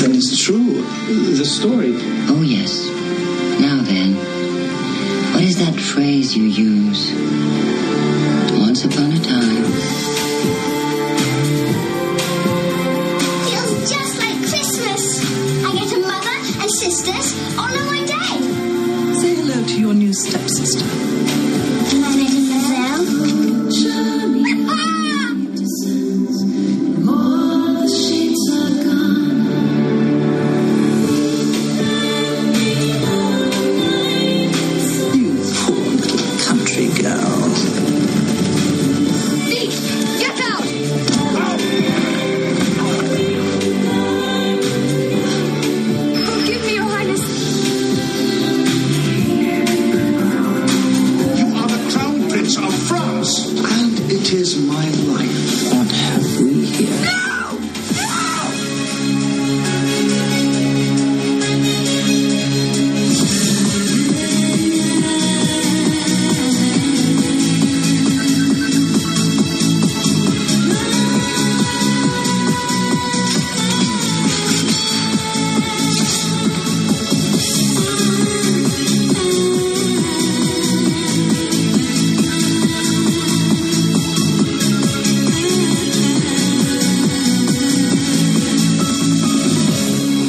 Then it's true, the story. Oh, yes. Now then, what is that phrase you use? Once upon a time. Feels just like Christmas. I get a mother and sisters on my day. Say hello to your new stepsister. Ah! You poor little country girl. Get out! Forgive me, Your Highness. You are the Crown Prince of France. And it is my life. What have we here?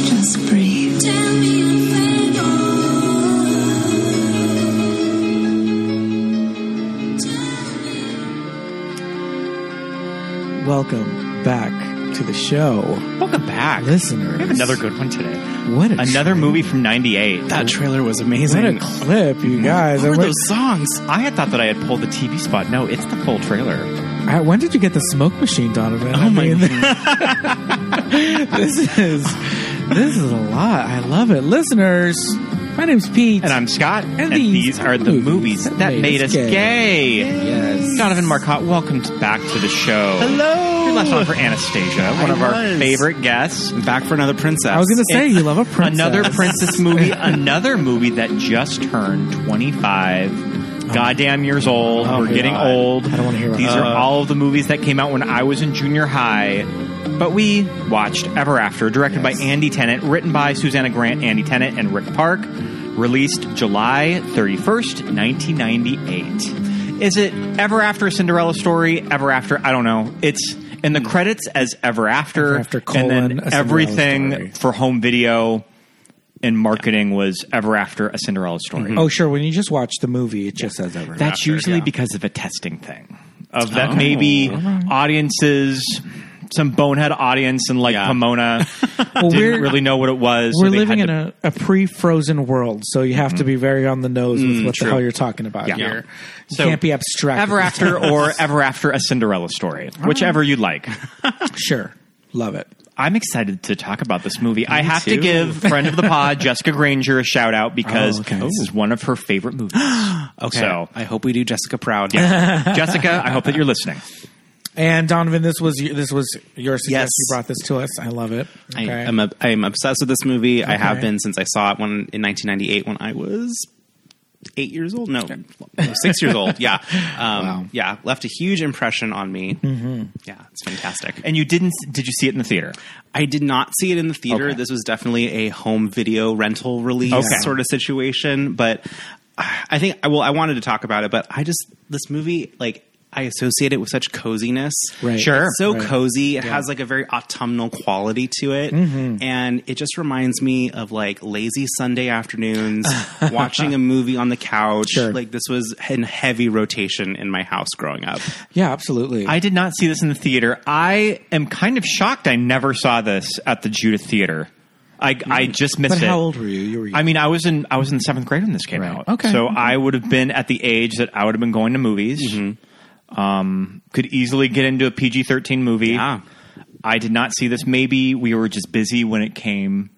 Just breathe. Welcome back to the show, Welcome back, listeners. We have another good one today. What a Another trailer. movie from '98. That trailer was amazing. What a clip, you guys! What were And when- those songs? I had thought that I had pulled the TV spot. No, it's the full trailer. I- when did you get the smoke machine, Donovan? I Oh my! mean, this is this is a lot. I love it, listeners. My name's Pete, And I'm Scott, and, these these are the movies that, made, us gay. Yes. Donovan Marcotte, welcome t- back to the show. Hello. Your last one for Anastasia, one I of our was. favorite guests. Back for another princess. I was going to say It's you love a princess. Another princess movie, another movie that just turned 25 goddamn years old. Oh We're my getting God. old. I don't wanna hear Uh. about These that. are all of the movies that came out when I was in junior high. But we watched Ever After, directed by Andy Tennant, written by Susanna Grant, Andy Tennant, and Rick Park, released July 31st, 1998. Is it Ever After a Cinderella story? Ever After? I don't know. It's in the credits as Ever After, Ever After, colon, and A then Cinderella everything Story. for home video and marketing was Ever After a Cinderella story. Oh, sure. When you just watch the movie, it just says ever. That's usually because of a testing thing of that maybe audiences, some bonehead audience in like Yeah. Pomona we're- didn't really know what it was. so We're they living in had a, to- a pre-frozen world, so you have to be very on the nose with what the hell you're talking about Mm, Yeah. here. You So, can't be abstract. Ever After or Ever After a Cinderella story, whichever you'd like. sure, love it. I'm excited to talk about this movie. I have to too. give friend of the pod Jessica Granger a shout out because Oh, okay. this is one of her favorite movies. Okay. So- I hope we do Jessica Proud. Jessica, I hope that you're listening. And Donovan, this was y- this was your suggestion. Yes. You brought this to us. I love it. I Okay. am ob- I am obsessed with this movie. I have Okay. been since I saw it when in 1998 when I was eight years old. No, no, six years old. Yeah, um, yeah, left a huge impression on me. Mm-hmm. Yeah, it's fantastic. And you didn't? Did you see it in the theater? I did not see it in the theater. Okay. This was definitely a home video rental release Okay. sort of situation. But I think, well, I wanted to talk about it, but I just, this movie, like, I associate it with such coziness. Right. Sure. It's so Right. cozy. It has like a very autumnal quality to it. And it just reminds me of like lazy Sunday afternoons, watching a movie on the couch. Sure. Like this was in heavy rotation in my house growing up. yeah, absolutely. I did not see this in the theater. I am kind of shocked. I never saw this at the Judith Theater. I, I just missed Mm. but it. how old were you? You were. I mean, I was in I was in seventh grade when this came Right. out. Okay. so I would have been at the age that I would have been going to movies. Mm-hmm. Um, could easily get into a PG thirteen movie. Yeah. I did not see this. Maybe we were just busy when it came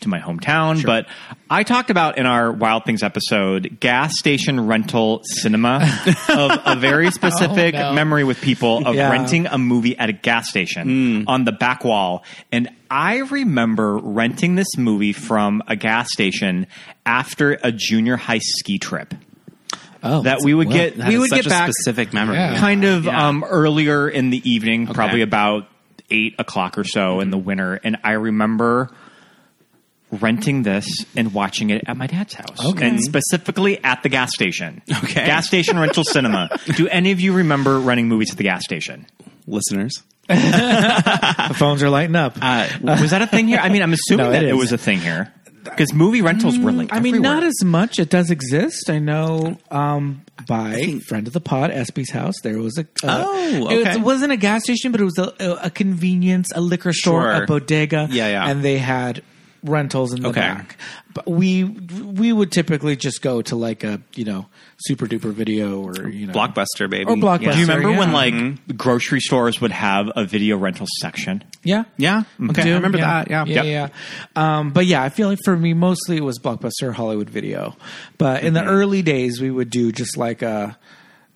to my hometown. But I talked about in our Wild Things episode gas station rental cinema of a Oh, very specific memory with people of Yeah. renting a movie at a gas Mm. station on the back wall. And I remember renting this movie from a gas station after a junior high ski trip. oh, That we would get, That we is would such get a back specific memory. kind of um, earlier in the evening, probably Okay. Mm-hmm. about eight o'clock or so in the winter. And I remember renting this and watching it at my dad's house. Okay. And specifically at the gas station. Okay. Gas station rental cinema. Do any of you remember renting movies at the gas station? listeners. The phones are lighting up. was that a thing here? I mean, I'm assuming Uh, No, it that it is. Mm, was a thing here. Because movie rentals were like I mean, everywhere. not as much. It does exist. I know um, by friend of the pod, Espy's house. There was a uh, Oh, okay. it wasn't a gas station, but it was a, a convenience, a liquor store, Sure. a bodega. Yeah, yeah. And they had rentals in the Okay. back. But we we would typically just go to like a you know super duper video or you know Blockbuster, baby. Or Oh, Blockbuster. Yeah. Do you remember yeah. Mm-hmm. when like grocery stores would have a video rental section? Mm-hmm. Yeah. Yeah. Okay. Do, I remember yeah. that. Yeah. Yeah. Yep. yeah. Um, but yeah, I feel like for me, mostly it was Blockbuster Hollywood video. But in the early days, we would do just like a,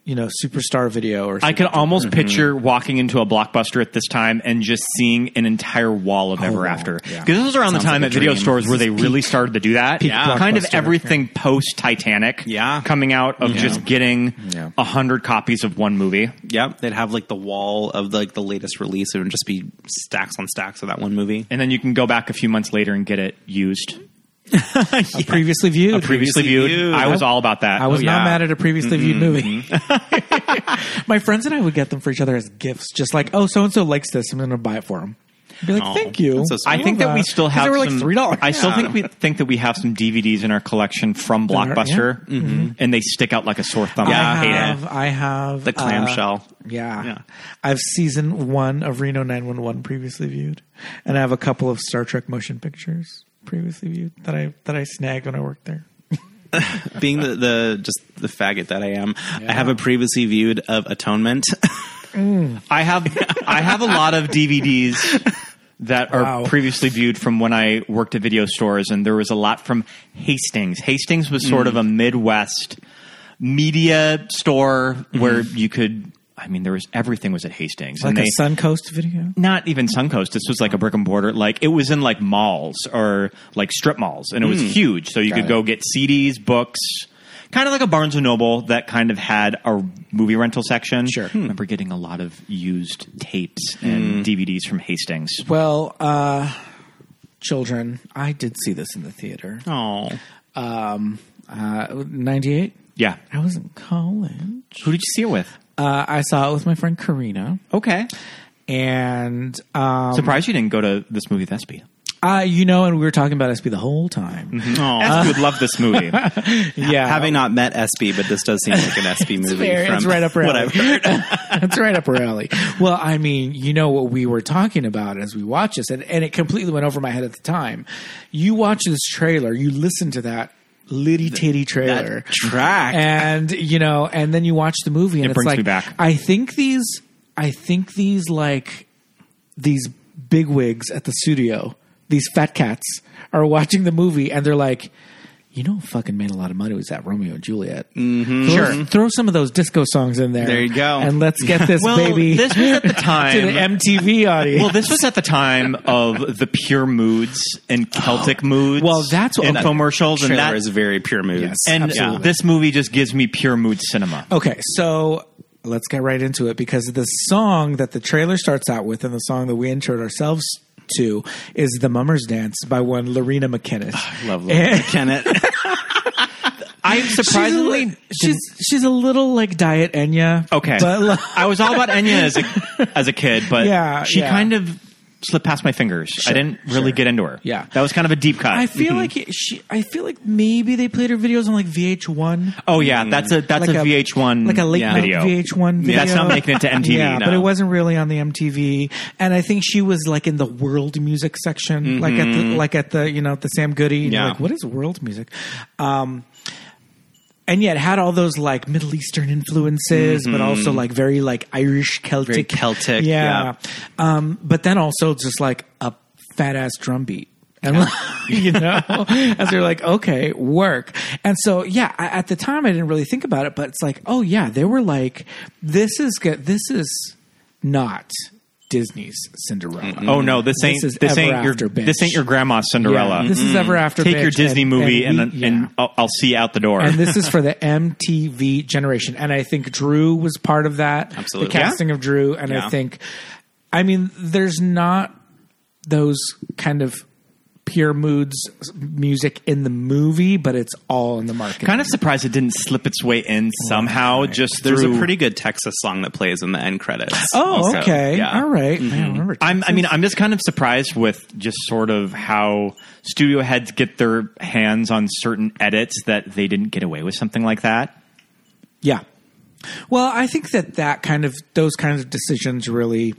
you know, superstar video or I something. could almost picture walking into a blockbuster at this time and just seeing an entire wall of Ever wow. After. Because Oh, Yeah. this was around Sounds the time like at a video dream. stores where This they really started to do that. Yeah. Kind of blockbuster. everything post Titanic. Yeah. Coming out of just getting Yeah. a hundred copies of one movie. Yep. They'd have like the wall of like the latest release. It would just be stacks on stacks of that one movie. And then you can go back a few months later and get it used. a previously viewed. Previously viewed. viewed. I was all about that. I was Oh, not yeah. mad at a previously viewed movie. My friends and I would get them for each other as gifts, just like, oh, so and so likes this. I'm going to buy it for him. Be like, Aw, thank you. that's so sweet. I think that we still 'Cause have They were like some- three dollars. I still think we think that we have some DVDs in our collection from our- yeah. Blockbuster, Mm-hmm. and they stick out like a sore thumb. Yeah. I hate it. I have, I have The uh, clamshell. Yeah. Yeah. I have season one of Reno 911 previously viewed, and I have a couple of Star Trek motion pictures previously viewed that I that I snagged when I worked there. Being the, the just the faggot that I am, I have a previously viewed of Atonement. I have I have a lot of DVDs that are Wow. previously viewed from when I worked at video stores, and there was a lot from Hastings. Hastings was sort of a Mm. Midwest media store where you could. I mean, there was everything was at Hastings, Mm-hmm. Like a and they Suncoast video. not even Suncoast. This was like a brick and mortar. Like it was in like malls or like strip malls, and it was huge. So you could Hmm. it. go get CDs, books, kind of like a Barnes and Noble that kind of had a movie rental section. Sure. Hmm. I remember getting a lot of used tapes and DVDs from Hastings. Well, uh, children, I did see this in the theater. Oh, Um, uh, 98. Yeah, I was in college. who did you see it with? Uh, I saw it with my friend Karina, Okay, and um, surprised you didn't go to this movie with Espy. uh, you know, and we were talking about SB the whole time. Espy would love this movie. Yeah, having not met SB, but this does seem like an SB movie. fair. from It's right up her what alley. I've heard. That's right up her alley. Well, I mean, you know what we were talking about as we watched this, and, and it completely went over my head at the time. You watch this trailer, you listen to that litty titty trailer track. and you know, and then you watch the movie, and It it's brings like, me back. I think these, I think these like these bigwigs at the studio, these fat cats, are watching the movie, and they're like. You know, what fucking made a lot of money was that Romeo and Juliet. Mm-hmm. Throw, Sure. throw some of those disco songs in there. There you go. and let's get this Well, baby this was at the to the time. MTV audience. Well, this was at the time of the pure moods and Celtic moods. Oh. Well, that's what- infomercials, and Trailer that is very pure moods. and Absolutely. this movie just gives me pure mood cinema. Okay, so let's get right into it because the song that the trailer starts out with and the song that we introed ourselves to is "The Mummer's Dance" by one Lorena McKinnon. Love Lorena McKenna. I'm surprisingly she's she's a little like Diet Enya. okay. but like, I was all about Enya as a as a kid, but Yeah, she yeah. kind of slipped past my fingers. I didn't really sure. get into her. Yeah. that was kind of a deep cut. Mm-hmm. I feel like it- she. I feel like maybe they played her videos on like VH1. oh yeah, that's a that's Mm. Like a, a- VH1 like a late night video. VH1 video. That's not making it to MTV. yeah, but no. it wasn't really on the MTV. And I think she was like in the world music section, like at the Mm-hmm. like at the you know the Sam Goody. and you're Yeah. like what is world music? Um, and yet had all those like Middle Eastern influences, Mm-hmm. but also like very like Irish Celtic, Very Celtic, yeah. Um, but then also just like a fat ass drum beat. And like, you know, as they're like, okay, work. And so, yeah, I, at the time I didn't really think about it, but it's like, oh yeah, they were like, this is good. This is not Disney's Cinderella. Oh no! This ain't is this, ever ain't your after, bitch. this ain't your grandma's Cinderella. Mm-hmm. Yeah, this is ever after. Take your bitch, Disney and- movie and we- and, yeah. I'll, I'll see you out the door. and this is for the MTV generation. And I think Drew was part of that. Absolutely. The casting of Drew. And Yeah. I think, I mean, there's not those kind of Pure Moods music in the movie, but it's all in the market. Kind of surprised it didn't slip its way in somehow. Just Oh, There's through, a pretty good Texas song that plays in the end credits. Oh, also. okay. Yeah. All right. Mm-hmm. I don't remember. I'm, I mean, I'm just kind of surprised with just sort of how studio heads get their hands on certain edits that they didn't get away with something like that. Yeah. Well, I think that that kind of those kinds of decisions really.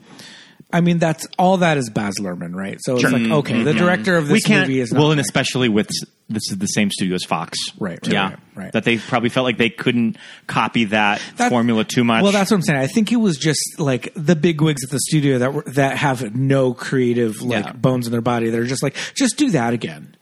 I mean, that's all that is Baz Luhrmann, right? So it's like, okay, the director of this Mm-hmm. we can't. movie is not well, and like- especially with this is the same studio as Fox, Right, right, yeah, right, right. That they probably felt like they couldn't copy that, That- formula too much. Well, that's what I'm saying. I think it was just like the big wigs at the studio that were, that have no creative like Yeah. bones in their body. They're just like, just do that again.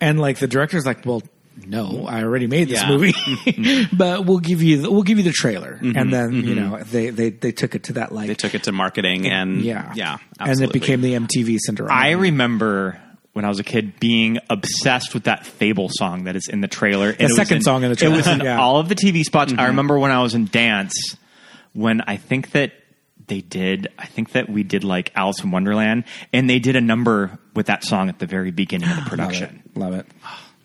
And like the director's like, well, no, I already made this Yeah. Mm-hmm. movie, but we'll give you the, we'll give you the trailer, and then you know they they they took it to that like They took it to marketing and yeah yeah, and it absolutely. became the MTV Cinderella. I remember when I was a kid being obsessed with that Fable song that is in the trailer. The second song in the trailer, It was in yeah. all of the TV spots. I remember when I was in dance when I think that they did. I think that we did like Alice in Wonderland, and they did a number with that song at the very beginning of the love it. production. Love it.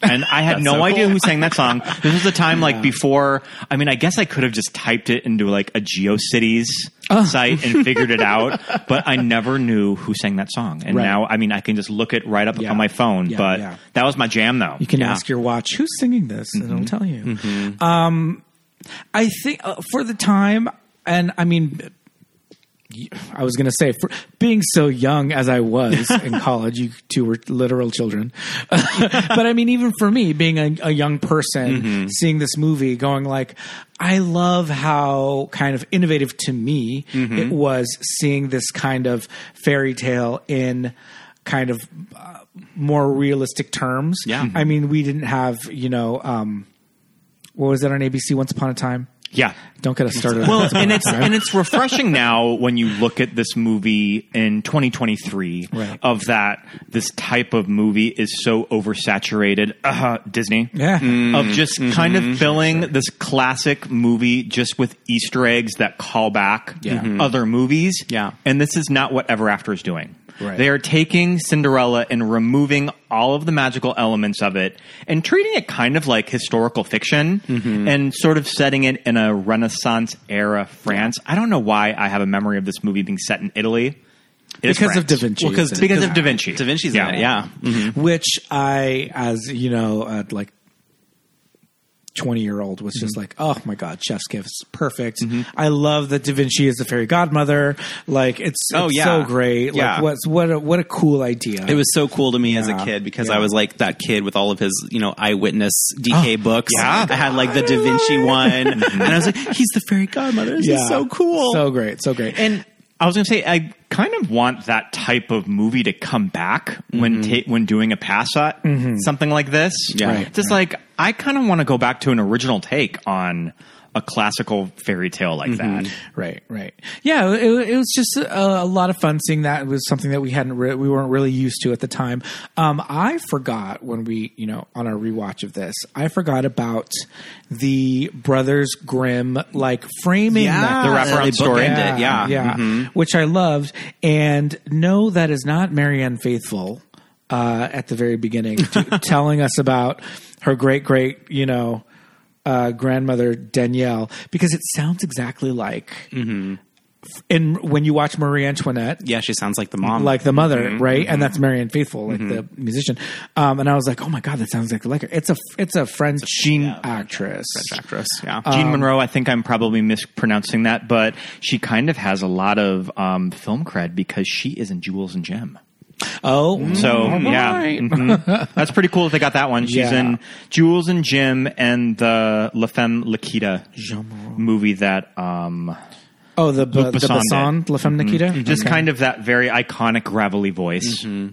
And I had no so idea cool. who sang that song. This was the time like before. I mean, I guess I could have just typed it into like a GeoCities Oh. site and figured it out, but I never knew who sang that song. And Right. now, I mean, I can just look it right up Yeah. on my phone. Yeah, but yeah. that was my jam, though. You can Yeah. Mm-hmm. ask your watch who's singing this, and it'll tell you. Um, I think uh, for the time, and I mean, I was going to say, for being so young as I was in college, you two were literal children. but I mean, even for me, being a, a young person, seeing this movie, going like, I love how kind of innovative to me it was seeing this kind of fairy tale in kind of uh, more realistic terms. Yeah. I mean, we didn't have, you know, um, what was that on ABC Once Upon a Time? yeah. Don't get us started. on Well, Once Upon and a it's Time. and it's refreshing now when you look at this movie in 2023 Right. of that this type of movie is so oversaturated. Uh, Disney, yeah. of just Mm-hmm. kind of filling this classic movie just with Easter eggs that call back Yeah. Mhm. other movies. Yeah. And this is not what Ever After is doing. Right. They are taking Cinderella and removing all of the magical elements of it and treating it kind of like historical fiction Mm-hmm. and sort of setting it in a Renaissance era France. I don't know why I have a memory of this movie being set in Italy. It is Because of France. Da Vinci. Well, 'cause- It's in because it. of Da Vinci. Da Vinci's in it, yeah. Mm-hmm. which I, as you know, uh, like twenty year old was Mhm. just like, oh my god, Chef's Kiss, perfect. Mm-hmm. I love that Da Vinci is the fairy godmother. Like it's, Oh, it's yeah. so great. Yeah. Like what's what a, what a cool idea. It was so cool to me as Yeah, a kid because yeah. Oh, I was like that kid with all of his, you know, eyewitness DK books. Yeah. I had like the Da Vinci one. and I was like, he's the fairy godmother. This is so cool. Mm-hmm. so great, so great. And I was going to say, I kind of want that type of movie to come back when ta- when doing a pass at something like this. Yeah. Right, just like I kind of want to go back to an original take on a classical fairy tale like that. Right, right. Yeah, it, it was just a, a lot of fun seeing that. It was something that we hadn't re- we weren't really used to at the time. Um, I forgot when we, you know, on our rewatch of this, I forgot about the Brothers Grimm like framing Yeah. that The wraparound They story. Mm-hmm. bookend it, yeah. yeah, which I loved. And no, that is not Marianne Faithful uh, at the very beginning to, telling us about her great great you know uh, grandmother Danielle because it sounds exactly like in when you watch Marie Antoinette. yeah, she sounds like the Mm-hmm. mom. Like the mother, right? And that's Marianne Faithful, like the musician. Um, and I was like, "Oh my god, that sounds like like her." It's a it's a French actress. actress. Yeah. uh, Jean Monroe, I think I'm probably mispronouncing that, but she kind of has a lot of um, film cred because she is in Jewels and Gem. Oh, So all yeah, right. Mhm. that's pretty cool that they got that one. She's Yeah. in Jules and Jim and the La Femme Lakita movie that um, Oh, the Mm-hmm. the Luc Besson Basson, did. La Femme Nikita. just Okay. kind of that very iconic gravelly voice. Mm-hmm.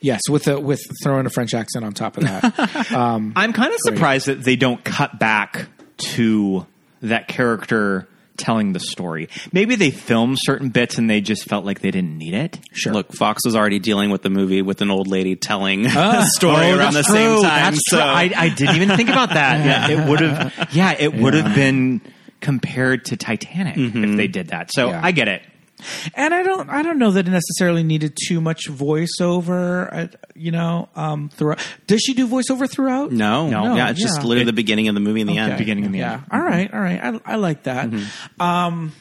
Yes, with a with throwing a French accent on top of that. um, I'm kind of surprised that they don't cut back to that character telling the story. Maybe they filmed certain bits and they just felt like they didn't need it. sure. Look, Fox was already dealing with the movie with an old lady telling a story Oh, around the that's same true. time. That's so true. I, I didn't even think about that. yeah. It would have. Mm-hmm. Yeah, it would have been compared to Titanic if they did that. So Yeah. I get it. and I don't I don't know that it necessarily needed too much voiceover. I, you know, um, throughout. Does she do voiceover throughout? No, No, yeah, it's just yeah. literally the beginning of the movie and the end. Okay. beginning and the yeah. end. Mm-hmm. All right, all right. I, I like that. Um,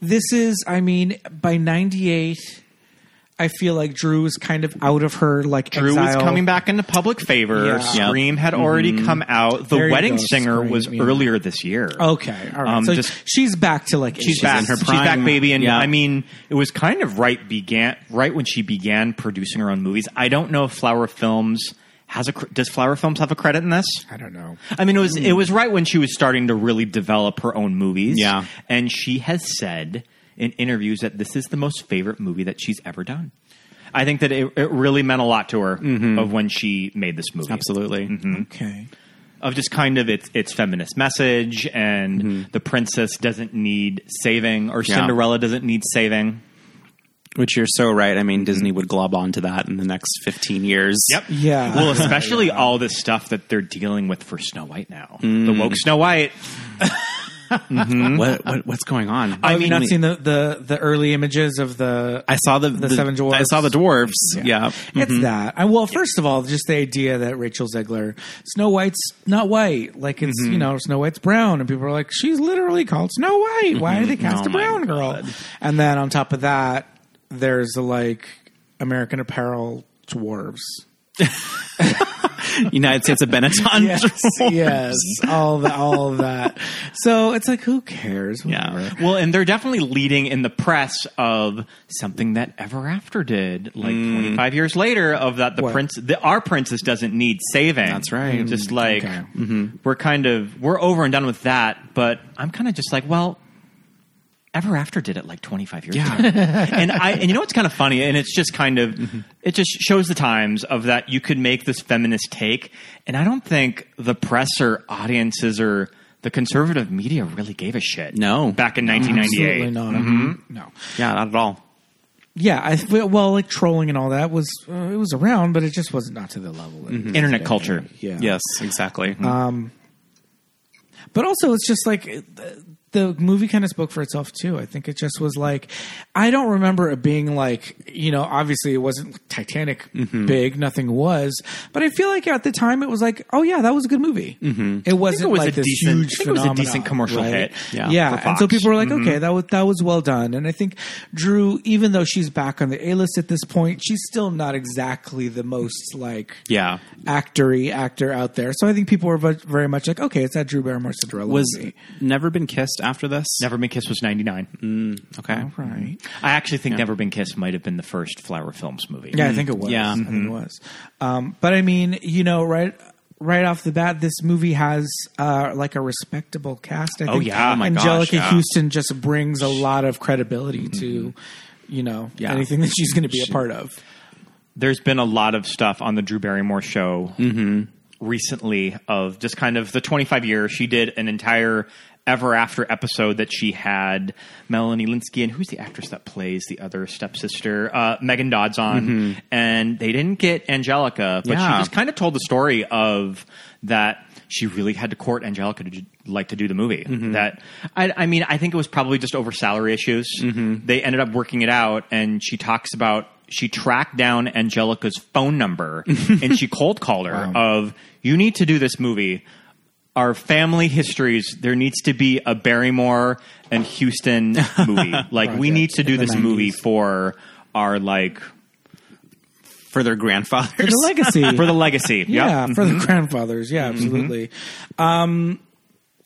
this is, I mean, by '98, I feel like Drew is kind of out of her like Drew was exile. coming back into public favor. Yeah. Scream had already come out. The There you Wedding go, Singer Scream, was yeah. earlier this year. Okay, all right. Um, so just- she's back to like she's back. in her She's back, prime. baby. And Yeah. I mean, it was kind of right began right when she began producing her own movies. I don't know if Flower Films has a cr- does Flower Films have a credit in this? I don't know. I mean, it was Hmm. it was right when she was starting to really develop her own movies. Yeah. and she has said in interviews that this is the most favorite movie that she's ever done. I think that it, it really meant a lot to her of when she made this movie. Mm-hmm. Mm-hmm. Absolutely. Okay. Of just kind of its its feminist message and the princess doesn't need saving or Mm-hmm. Yeah. Cinderella doesn't need saving. Which you're so right. I Mm-hmm. mean, Disney would glob onto that in the next 15 years. Yeah. Well, especially all this stuff that they're dealing with for Snow White now. The Mm. woke Snow White. What, what what's going on? I mean, not seen the, the the early images of the. I saw the, the, seven dwarfs. I saw the dwarfs. Yeah. It's that. I, well, first of all, just the idea that Rachel Zegler, Snow White's not white. Like it's you know Snow White's brown, and people are like, she's literally called Snow White. Why did they cast a my brown girl? And then on top of that, there's the like American Apparel dwarves. United States of Benetton. dwarfs. yes, all the, all of that. So it's like, who cares? Yeah. Well, and they're definitely leading in the press of something that Ever After did, like Mm. 25 years later, of that the What? prince, the, our princess doesn't need saving. That's right. Mm, Just like mm-hmm. okay. we're kind of we're over and done with that. But I'm kind of just like, well, Ever After did it like 25 years Yeah. ago. and I and you know what's kind of funny, and it's just kind of Mm-hmm. it just shows the times of that you could make this feminist take, and I don't think the press or audiences or the conservative media really gave a shit. No. back in Absolutely 1998. not. No. Yeah, not at all. Yeah, I feel, well, like trolling and all that was uh, it was around, but it just wasn't not to the level. that it is Internet today. culture. Yeah. Yes, exactly. But also, it's just like the, the movie kind of spoke for itself too. I think it just was like I don't remember it being like you know obviously it wasn't Titanic Mm-hmm. big, nothing was, but I feel like at the time it was like oh yeah that was a good movie. Mm-hmm. It wasn't was like a this decent- huge. I think it was a phenomenon, decent commercial right? hit, yeah, Yeah, for and so Fox. people were like okay that was that was well done, and I think Drew even though she's back on the A list at this point, she's still not exactly the most like yeah. actory actor out there. So I think people were ve- very much like, okay, it's that Drew Barrymore Cinderella Was movie. Never Been Kissed after this? Never Been Kissed was 99. Mm, Okay. right? I actually think Never Been Kissed might have been the first Flower Films movie. Yeah, I think it was. Yeah. I think it was. Um, but I mean, you know, right. Right off the bat, this movie has uh, like a respectable cast. I think yeah. Oh my gosh, Angelica yeah. Houston just brings a lot of credibility to, you know, Yeah. anything that she's going to be a part of. There's been a lot of stuff on the Drew Barrymore show recently of just kind of the 25 years. She did an entire Ever After episode that she had Melanie Linsky and who's the actress that plays the other stepsister, uh, Megan Dodds on. And they didn't get Angelica, but she Yeah. just kind of told the story of that she really had to court Angelica to do- like to do the movie. Mm-hmm. That I, I mean, I think it was probably just over salary issues. Mm-hmm. They ended up working it out, and she talks about she tracked down Angelica's phone number and she cold called her of you need to do this movie. Our family histories. There needs to be a Barrymore and Houston movie. Like we need to do in the this movie 90s. for our like For their grandfathers. The legacy for the legacy. Yeah, Yep. for the grandfathers. Yeah, absolutely. Um,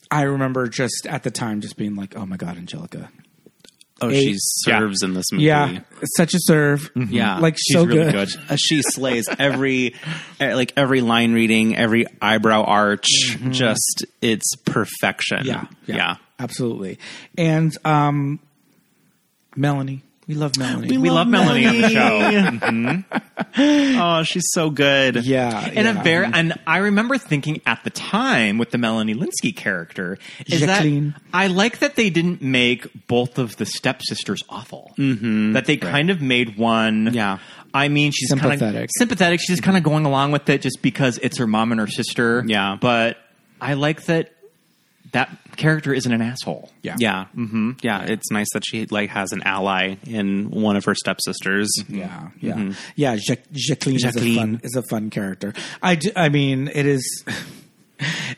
I remember just at the time just being like, "Oh my god, Angelica!" oh, Eight. she serves in this movie. Yeah, such a serve. Mm-hmm. Yeah. like She's so really good. good. Uh, she slays every eh, like every line reading, every eyebrow arch, just it's perfection. Mm-hmm. Yeah, yeah, Yeah. absolutely. And um, Melanie, we love Melanie. We love Melanie on the show. Mm-hmm. Oh, she's so good. yeah, And yeah. a very and I remember thinking at the time with the Melanie Linsky character is Jacqueline. that I like that they didn't make both of the stepsisters awful. Mm-hmm. That they kind of made one. Yeah. I mean, she's kind Sympathetic. of sympathetic. Mm-hmm. She's just kind of going along with it just because it's her mom and her sister. Yeah. But I like that that character isn't an asshole. Yeah. Yeah. hmm yeah. It's nice that she like has an ally in one of her stepsisters. Yeah, yeah, Mm-hmm. yeah. Ja- Jacqueline, Is, a Jacqueline. fun, is a fun character. I, d- I mean, it is.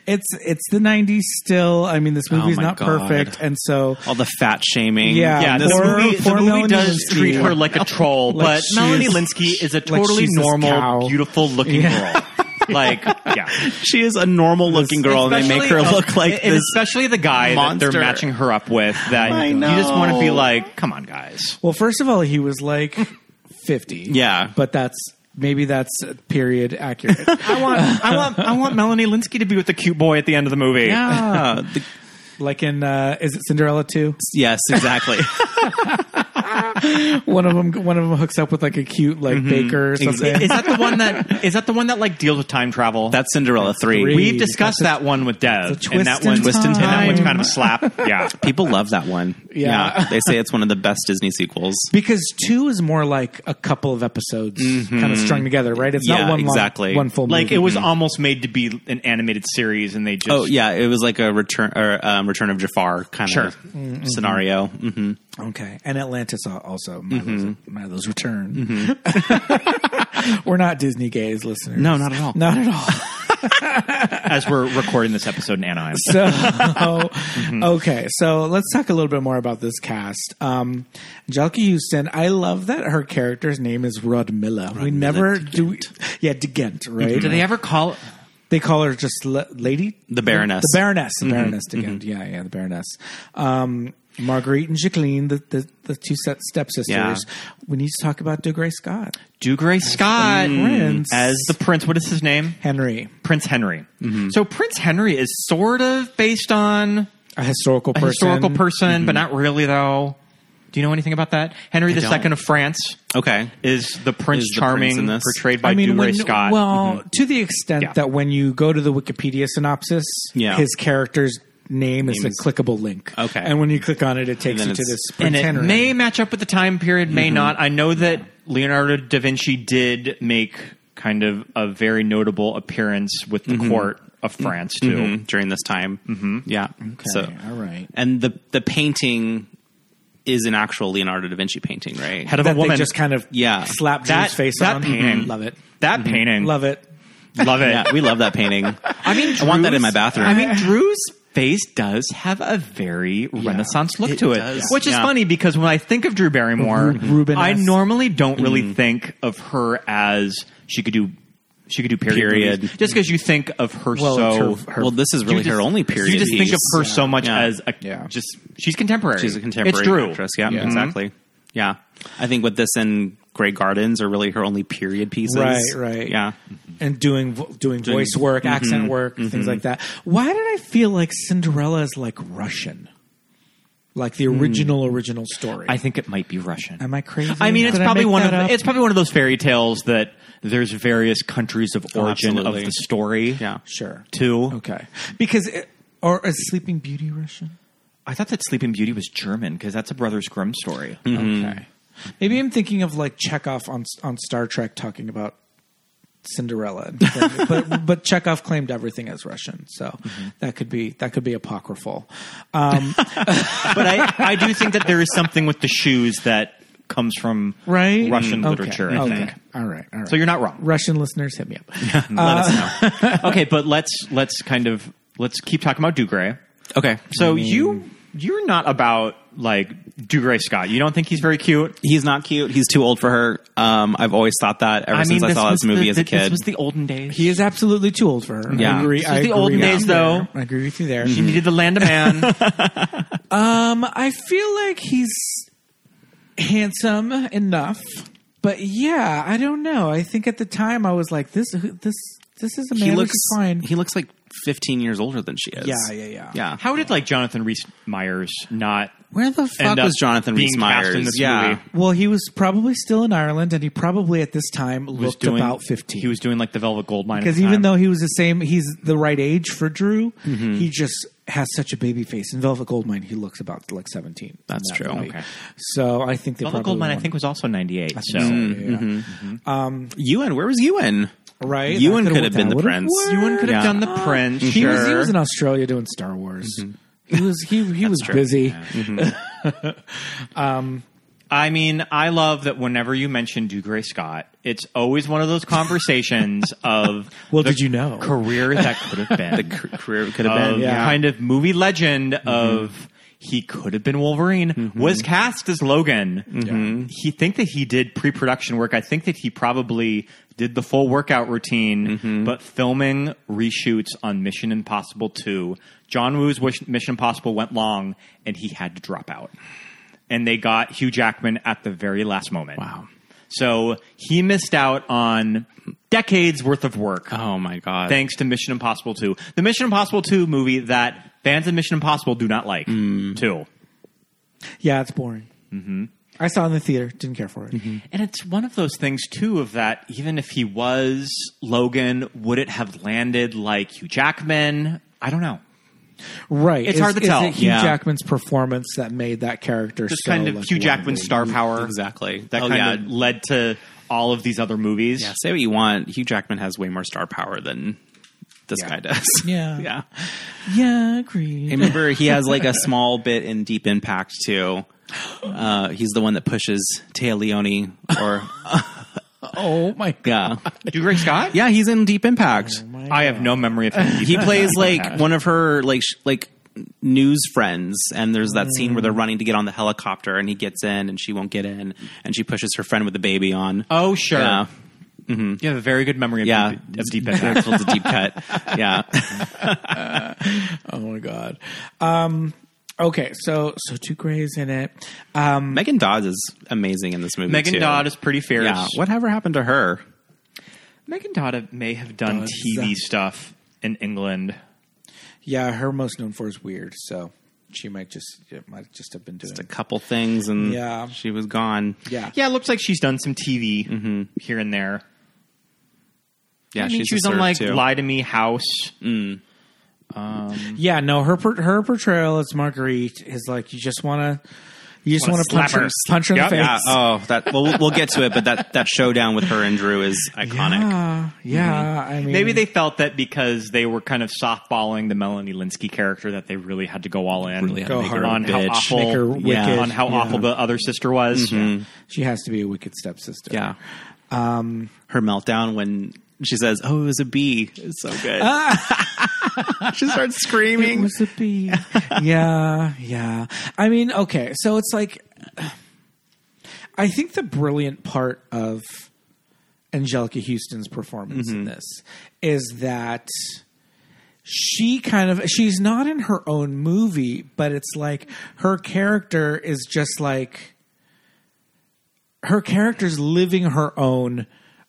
It's it's the '90s still. I mean, this movie's Oh my not God. perfect, and so All the fat shaming. Yeah. Yeah, this Poor- movie, the poor movie Melanie does Linsky. treat her like a troll, Like but Melanie she's- Linsky is a like totally she's this cow. normal, beautiful looking girl. Like, yeah. She is a normal looking girl, and they make her Especially- look like and this. Especially the guy that monster. they're matching her up with. That I you just want to be know. like, come on, guys. well, first of all, he was like 50. Yeah. but that's maybe that's period accurate. I want, I want, I want Melanie Linsky to be with the cute boy at the end of the movie. yeah. The- like in uh, is it Cinderella too? yes, exactly. One of them one of them hooks up with like a cute like baker or something. Is that the one that is that the one that like deals with time travel? That's Cinderella three. three. We've discussed that one with Dev, It's a and that twist in one, and that one's time. kind of a slap. Yeah, People love that one. Yeah. They say it's one of the best Disney sequels. because two is more like a couple of episodes kind of strung together, right? It's not Yeah, one long- exactly. one full like movie. it was almost made to be an animated series, and they just Mm-hmm. Oh yeah, it was like a return or um, Return of Jafar kind Sure. of scenario. hmm Okay, and Atlantis al- also Milo's, Milo's return. We're not Disney gays, listeners. No, not at all. not at all. as we're recording this episode in Anaheim. So okay, so let's talk a little bit more about this cast. Um, Angelica Houston, I love that her character's name is Rodmilla. we never do, yeah, De Gent, right? Do they ever call? They call her just la- Lady The Baroness. the Baroness, the Mm-hmm. Baroness De Gent. Yeah, yeah, the Baroness. Um, Marguerite and Jacqueline, the the, the two se- stepsisters. Yeah. We need to talk about DeGray Scott, Mm. Dougray Scott Prince. as the prince. What is his name? Henry, Prince Henry. Mm-hmm. So Prince Henry is sort of based on a historical a person. historical person, but Mm-hmm. not really though. Do you know anything about that? Henry II of France Okay. is the Prince Is the prince Charming in this? Mm-hmm. portrayed by when, Dougray Scott. Mm-hmm. Well, to the extent Yeah. that when you go to the Wikipedia synopsis, Yeah. his character's name is a is- clickable link. Okay. And when you click on it, it takes then you to it's- this and it pretender. Mm-hmm. may match up with the time period, may not. I know that Leonardo da Vinci did make kind of a very notable appearance with Mm-hmm. the court of France too. Mhm. during this time. Mm-hmm. Yeah. Okay. So, all right. And the the painting is an actual Leonardo da Vinci painting, right? Head of that a woman. they just kind of Yeah. slap That- Drew's face that on. Mm-hmm. painting. Love it. that painting. Love it. Love it. yeah, we love that painting. I mean, want that Drew's- in my bathroom. I mean, Drew's face does have a very Renaissance look It to it, does. which is Yeah. funny because when I think of Drew Barrymore, Ruben-esque. I normally don't really Mm. think of her as she could do. She could do period. Period. movies. Just because you think of her Well, so. it's her- her- well, this is really you just- her only period. You just think of piece. her so much Yeah. as a Yeah. just she's contemporary. She's a contemporary It's Drew. actress. Yeah, Yeah. exactly. Yeah, I think with this and Grey Gardens are really her only period pieces. Right, right. Yeah, And doing vo- doing, voice work, Mm-hmm. accent work, things like that. Why did I feel like Cinderella is like Russian? Like the original original story. Hmm. I think it might be Russian. Am I crazy? I mean, it's Did probably make one of that up? it's probably one of those fairy tales that there's various countries of origin of Oh, absolutely. the story. yeah. sure. Too. Okay. Because it, or is Sleeping Beauty Russian? I thought that Sleeping Beauty was German because that's a Brothers Grimm story. Okay. Maybe I'm thinking of like Chekhov on on Star Trek talking about Cinderella, but but Chekhov claimed everything as Russian, so Mm-hmm. that could be that could be apocryphal. Um, but I, I do think that there is something with the shoes that comes from right? Mm, Russian Okay. literature. I Okay. think. All right. All right. So you're not wrong. Russian listeners, hit me up. Let Uh, us know. okay, but let's let's kind of let's keep talking about Dugray. Okay, so So you you're not about like Dugray Scott. You don't think he's very cute. he's not cute. He's too old for her. Um, I've always thought that ever since I saw this movie as a kid. the olden days. He is absolutely too old for her. Yeah. I agree. This I was the agree olden with days, you though. there. I agree with you there. Mm-hmm. He needed to land a man. Um, I feel like he's handsome enough, but yeah, I don't know. I think at the time I was like, this, who- this, this is a man he who's looks fine. He looks like 15 years older than she is. yeah, yeah, yeah, yeah. How did like Jonathan Rhys Meyers not? Where the fuck end up was Jonathan being Rhys cast Meyers? in this yeah, movie? Well, he was probably still in Ireland, and he probably at this time He was looked doing about fifteen. He was doing like the Velvet Goldmine at because the even time. though he was the same, he's the right age for Drew. Mm-hmm. He just has such a baby face. In Velvet Goldmine, he looks about like seventeen. That's in that true. movie. Okay. So I think they Velvet probably Goldmine, I wanted- mm-hmm. think Mm. was also ninety eight. So Yeah, yeah, yeah. Ewan. Where was Ewan? right? Ewan That could have worked been out. the Would it prince. work? Ewan could have Yeah. done the prince. He, sure. was, he was in Australia doing Star Wars. Mm-hmm. He was he he was busy. I mean, I love that whenever you mention Dougray Scott, it's always one of those conversations of Well, the did you know? career that could have been The c- career could have of been. yeah. kind of movie legend of he could have been Wolverine was cast as Logan. He think that he did pre-production work. I think that he probably did the full workout routine, but filming reshoots on Mission Impossible 2. John Woo's wish- Mission Impossible went long and he had to drop out. And they got Hugh Jackman at the very last moment. Wow. So he missed out on decades worth of work Oh my god. thanks to Mission Impossible 2. The Mission Impossible 2 movie that fans of Mission Impossible do not like, too. Yeah, it's boring. Mm-hmm. I saw it in the theater. Didn't care for it. And it's one of those things, too, of that even if he was Logan, would it have landed like Hugh Jackman? I don't know. Right. It's hard to tell. It Hugh Yeah. Jackman's performance that made that character Just so kind of like, Hugh Jackman's lovable. star power. Exactly. That Oh, kind yeah. of led to all of these other movies. Yeah, say what you want. Hugh Jackman has way more star power than this guy does. Yeah. yeah. Yeah, agree. I remember he has like a small bit in Deep Impact too. Uh, he's the one that pushes Taya Leone or Oh my god. yeah, Do Greg Scott? yeah. He's in Deep Impact. I have no memory of him. he plays like one of her like sh- like news friends and there's that scene where they're running to get on the helicopter and he gets in and she won't get in and she pushes her friend with the baby on oh, sure. yeah You have a very good memory of, yeah deep, of Deep Impact. It's a deep cut yeah Oh my god. Um okay, so so two grays in it. Um megan dodds is amazing in this movie Mm. Megan too. Dodd is pretty fierce. yeah whatever happened to her Megan Dodd may have done Does. TV stuff in England. yeah, her most known for is weird, so she might just it might just have been doing just a couple things and Yeah. she was gone Mm-hmm. yeah. Yeah, it looks like she's done some TV here and there. Mm. yeah I mean, she's she was a on serf, like too. Lie to Me House. Yeah, no, her per- her portrayal as Marguerite is like you just want to you just Wanna want to punch slap her, her. punch her in Yep. the face. yeah oh that well we'll- we'll get to it but that that showdown with her and drew is iconic Yeah, yeah, I mean, Mm-hmm. Maybe they felt that because they were kind of softballing the Melanie Linsky character that they really had to go all in Really had to Go make her hard. a on how bitch. awful, Make her yeah, wicked. on how Yeah. awful the other sister was. Mm-hmm. she has to be a wicked stepsister. Yeah. Um, her meltdown when she says, "Oh, it was a bee," is so good. she starts It screaming. was a bee. yeah, yeah. I mean, okay, so it's like I think the brilliant part of Angelica Houston's performance in this is that she kind of she's not in her own movie, but it's like her character is just like her character's living her own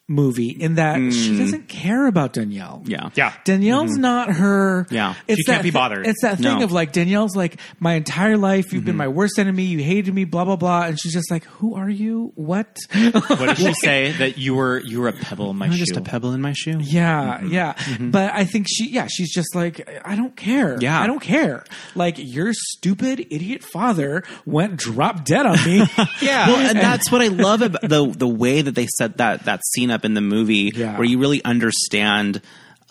movie in that she doesn't care about Danielle. yeah, Yeah. Mm-hmm. Danielle's not her. Yeah. it's She can't that be thi- bothered. It's that thing No. of like Danielle's like my entire life you've Mm-hmm. been my worst enemy. You hated me. Blah blah blah. And she's just like, who are you? What? What did she say? That you were you were a pebble in my I'm shoe. just a pebble in my shoe. Yeah, Mm-hmm. yeah. But I think she, yeah, she's just like, I don't care. Yeah. I don't care. Like, your stupid idiot father went drop dead on me. yeah. Well, and that's what I love about the the way that they set that that scene up in the movie, Yeah. where you really understand.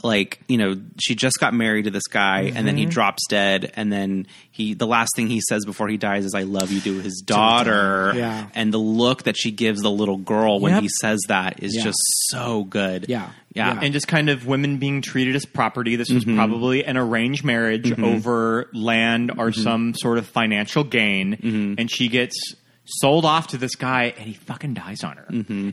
Like you know, she just got married to this guy, and Mm-hmm. then he drops dead, and then he the last thing he says before he dies is "I love you" to his daughter, Yeah. and the look that she gives the little girl when Yep. he says that is Yeah. just so good. Yeah. yeah, Yeah. and just kind of women being treated as property. This was probably an arranged marriage over land or some sort of financial gain, and she gets sold off to this guy, and he fucking dies on her,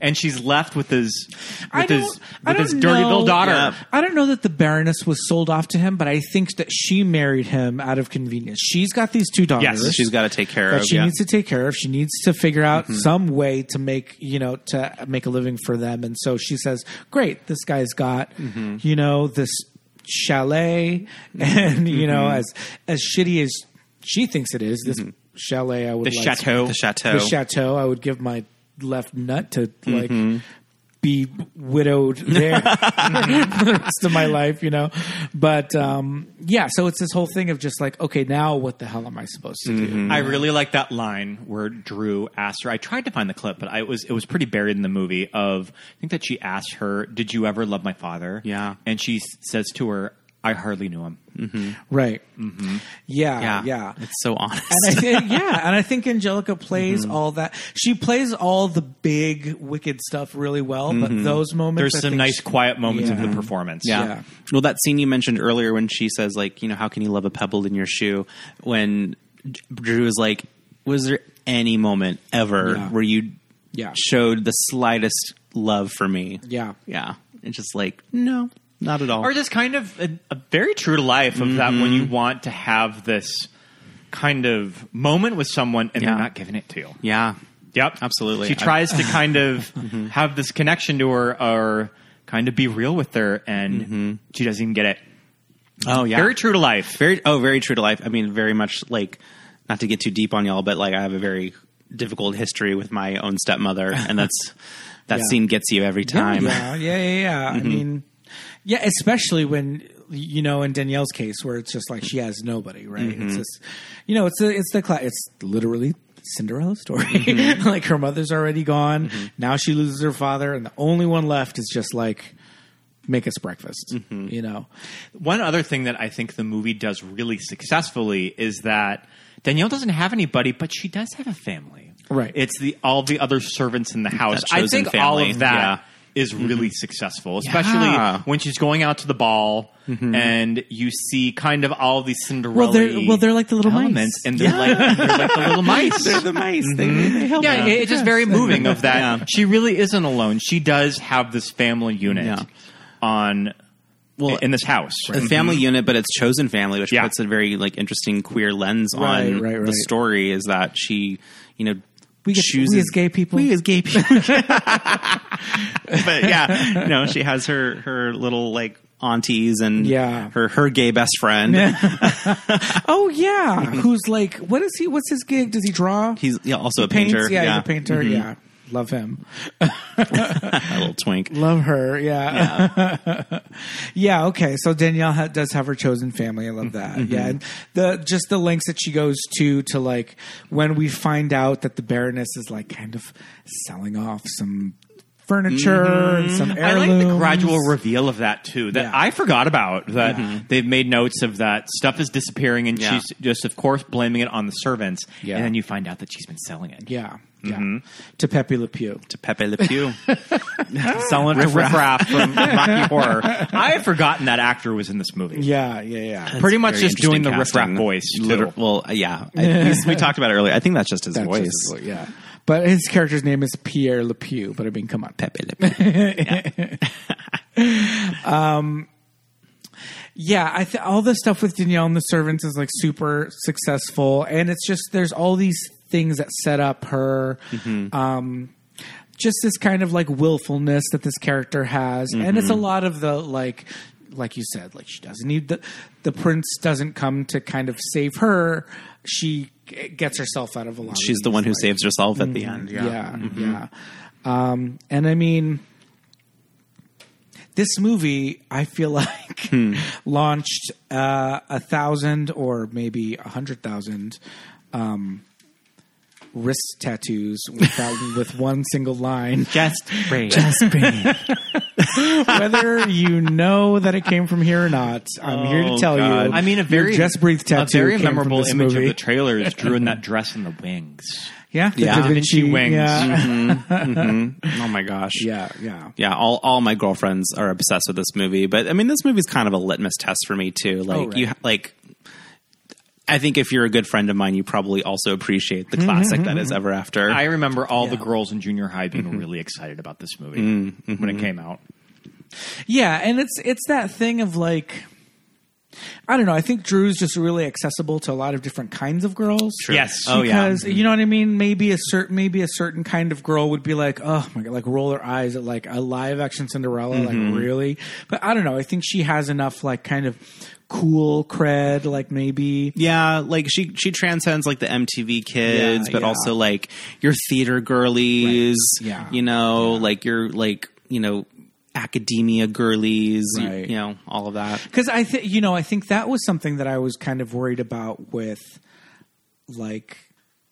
and she's left with his I with don't, his I with don't his dirty know- little daughter. Yeah. I don't know that the Baroness was sold off to him, but I think that she married him out of convenience. She's got these two daughters. she's got to take care that of. she yeah. needs to take care of. She needs to figure out Mm-hmm. some way to make you know to make a living for them. And so she says, "Great, this guy's got Mm-hmm. you know this chalet, and you know Mm-hmm. as as shitty as she thinks it is, this chalet I would The like chateau. Mm-hmm. the chateau. the chateau I would give my left nut to like be widowed there for the rest of my life, you know. But um, yeah, so it's this whole thing of just like, okay, now what the hell am I supposed to do? I really like that line where Drew asked her. I tried to find the clip, but I, it was it was pretty buried in the movie. Of I think that she asked her, "Did you ever love my father?" Yeah. and she s- says to her, "I hardly knew him." Right? Yeah, Yeah. Mm-hmm. yeah. It's so honest. and I think, yeah, and I think Angelica plays all that. She plays all the big wicked stuff really well, but those moments, There's I some think nice she- quiet moments Yeah. of the performance. Yeah. Yeah. Well, that scene you mentioned earlier when she says, like, you know, how can you love a pebble in your shoe? When D- Drew is like, was there any moment ever Yeah. where you Yeah. showed the slightest love for me? Yeah. Yeah. It's just like, no, not at all. or just kind of a, a very true to life of that when Mm-hmm. you want to have this kind of moment with someone and Yeah. they're not giving it to you. yeah. Yep, Absolutely. She I- Mm-hmm. tries to kind of have this connection to her, or kind of be real with her, and Mm-hmm. she doesn't even get it. Oh, yeah. Very true to life. Very, oh, very true to life. I mean, very much like, not to get too deep on y'all, but like, I have a very difficult history with my own stepmother, and that's that Yeah. scene gets you every time. Mm-hmm. Yeah, yeah, yeah. yeah. I mean, yeah, especially when you know in Danielle's case where it's just like she has nobody, right? Mm-hmm. It's just, you know, it's the it's the cla- it's literally Cinderella story. Mm-hmm. like her mother's already gone. Now she loses her father, and the only one left is just like make us breakfast. Mm-hmm. You know, One other thing that I think the movie does really successfully is that Danielle doesn't have anybody, but she does have a family. Right. It's the all the other servants in the house. I chosen think all family, of that yeah. is really successful, especially Yeah. when she's going out to the ball and you see kind of all these Cinderella. well they're well they're like the little elements, mice. and they're, like, they're like the little mice. They're the mice. They, Mm-hmm. they help yeah, out. it- it's just very moving of that. Yeah. She really isn't alone. She does have this family unit Yeah. on Well, in this house. a family Mm-hmm. unit, but it's chosen family, which Yeah. puts a very like interesting queer lens Right, on right, right. the story. Is that she, you know, we, get, chooses we as gay people. we as gay people. but yeah, no, she has her her little like aunties and Yeah. her her gay best friend. oh yeah, who's like what is he? What's his gig? Does he draw? He's yeah, Mm-hmm. also a Paints? painter. Yeah, he's a painter. Yeah, love him. a little twink. Love her, yeah, yeah. okay, so Danielle ha- does have her chosen family. I love that. Mm-hmm. Yeah, and the just the lengths that she goes to to like when we find out that the Baroness is like kind of selling off some furniture and some Mm-hmm. I heirlooms. like the gradual reveal of that too. That Yeah. I forgot about. That they've made notes of that stuff is disappearing, and Mm-hmm. Yeah. she's just, of course, blaming it on the servants. Yeah. And then you find out that she's been selling it. yeah, yeah, Mm-hmm. to Pepe Le Pew. To Pepe Le Pew. selling to Riff Raff from Rocky Horror. I had forgotten that actor was in this movie. Yeah, yeah, yeah. Pretty much Very just doing interesting the Riff Raff casting. voice. too. Liter- well, yeah, I, we, we talked about it earlier. I think that's just his That's voice. just- yeah. But his character's name is Pierre Le Pew. But I mean, come on, Pepe Le Pew. Um, Yeah, I th- all the stuff with Danielle and the servants is like super successful, and it's just there's all these things that set up her, Mm-hmm. um, just this kind of like willfulness that this character has, and it's a Mm-hmm. lot of the like, like you said, like she doesn't need the the prince doesn't come to kind of save her, she g- gets herself out of a lot. of She's the these, one who like- saves herself at the end. yeah, yeah. Mm-hmm. Um, and I mean, this movie, I feel like, Hmm. launched uh, a thousand or maybe a hundred thousand um, wrist tattoos without, with one single line. Just brave. Whether you know that it came from here or not, I'm here to Oh, tell God. you. I mean, a your very just breathe tattoo. a very came from memorable this image movie. of the trailer is Drew in that dress and the wings. yeah, the Yeah. Da Vinci, wings. Mm-hmm. Yeah, Mm. oh my gosh. yeah, yeah. Yeah, all, all my girlfriends are obsessed with this movie, but I mean, this movie's kind of a litmus test for me too. Like Oh, right. you, ha- like I think if you're a good friend of mine, you probably also appreciate the classic that Mm-hmm. is Ever After. I remember all the girls in junior high being Mm-hmm. really excited about this movie when it came out. Yeah, and it's it's that thing of like I don't know, I think Drew's just really accessible to a lot of different kinds of girls. Sure. Yes. Oh yeah. Because you know what I mean? Maybe a certain maybe a certain kind of girl would be like, oh my god, like roll their eyes at like a live action Cinderella, Mm-hmm. like really. But I don't know. I think she has enough like kind of cool cred, like maybe Yeah, like she she transcends like the MTV kids, Yeah, but yeah. also like your theater girlies. Right. Yeah. you know, like your like you know, academia girlies, you- Right. you know, all of that. because I think you know I think that was something that I was kind of worried about with like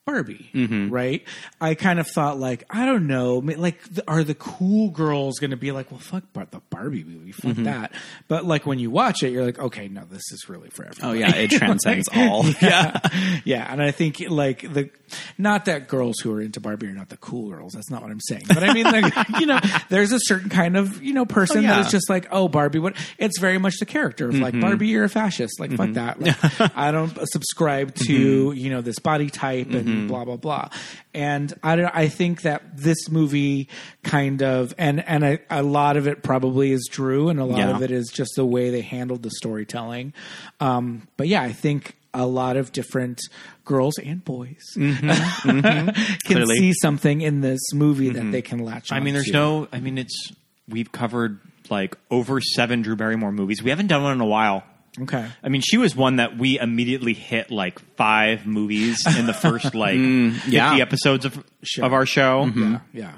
Barbie, Mm-hmm. right? I kind of thought like I don't know, ma- like th- are the cool girls going to be like, well, fuck Bar- the Barbie movie, fuck Mm-hmm. that. But like when you watch it, you're like, okay, no, this is really for everyone. Oh yeah, it transcends all. Yeah. yeah. And I think like the not that girls who are into Barbie are not the cool girls. That's not what I'm saying. But I mean like, you know, there's a certain kind of, you know, person Oh, yeah. that is just like, oh Barbie, what it's very much the character of Mm-hmm. like Barbie, you're a fascist. Like fuck that. Like, I don't subscribe Mm-hmm. to, you know, this body type and blah blah blah. And I don't I think that this movie kind of and and a, a lot of it probably is Drew and a lot Yeah. of it is just the way they handled the storytelling. Um, but yeah, I think a lot of different girls and boys Mm-hmm. can Clearly. see something in this movie that they can latch on. Mm-hmm. I mean, there's to. no. I mean, it's we've covered like over seven Drew Barrymore movies. We haven't done one in a while. Okay. I mean, she was one that we immediately hit like five movies in the first like yeah. 50 episodes of Sure. of our show. Yeah, yeah.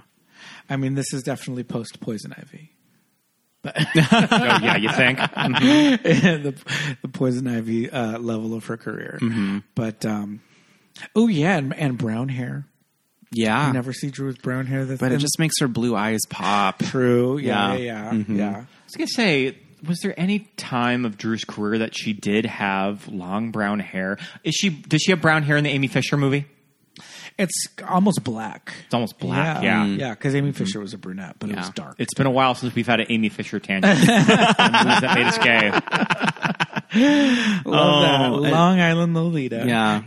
I mean, this is definitely post Poison Ivy. Oh, yeah, you think? Mm-hmm. the, the Poison Ivy uh, level of her career. Mm-hmm. But, um, oh, yeah, and, and brown hair. Yeah. I never see Drew with brown hair. That's but it in- just makes her blue eyes pop. true. Yeah, Yeah. Mm-hmm. yeah, yeah. yeah. I was gonna say, was there any time of Drew's career that she did have long brown hair? Is she? Does she have brown hair in the Amy Fisher movie? It's almost black. It's almost black. Yeah. yeah. Because Amy Fisher was a brunette, but it was Mm-hmm. Yeah. dark. It's been a while since we've had an Amy Fisher tangent. Movies that made us gay. Love Oh, that. and- Long Island Lolita. Yeah.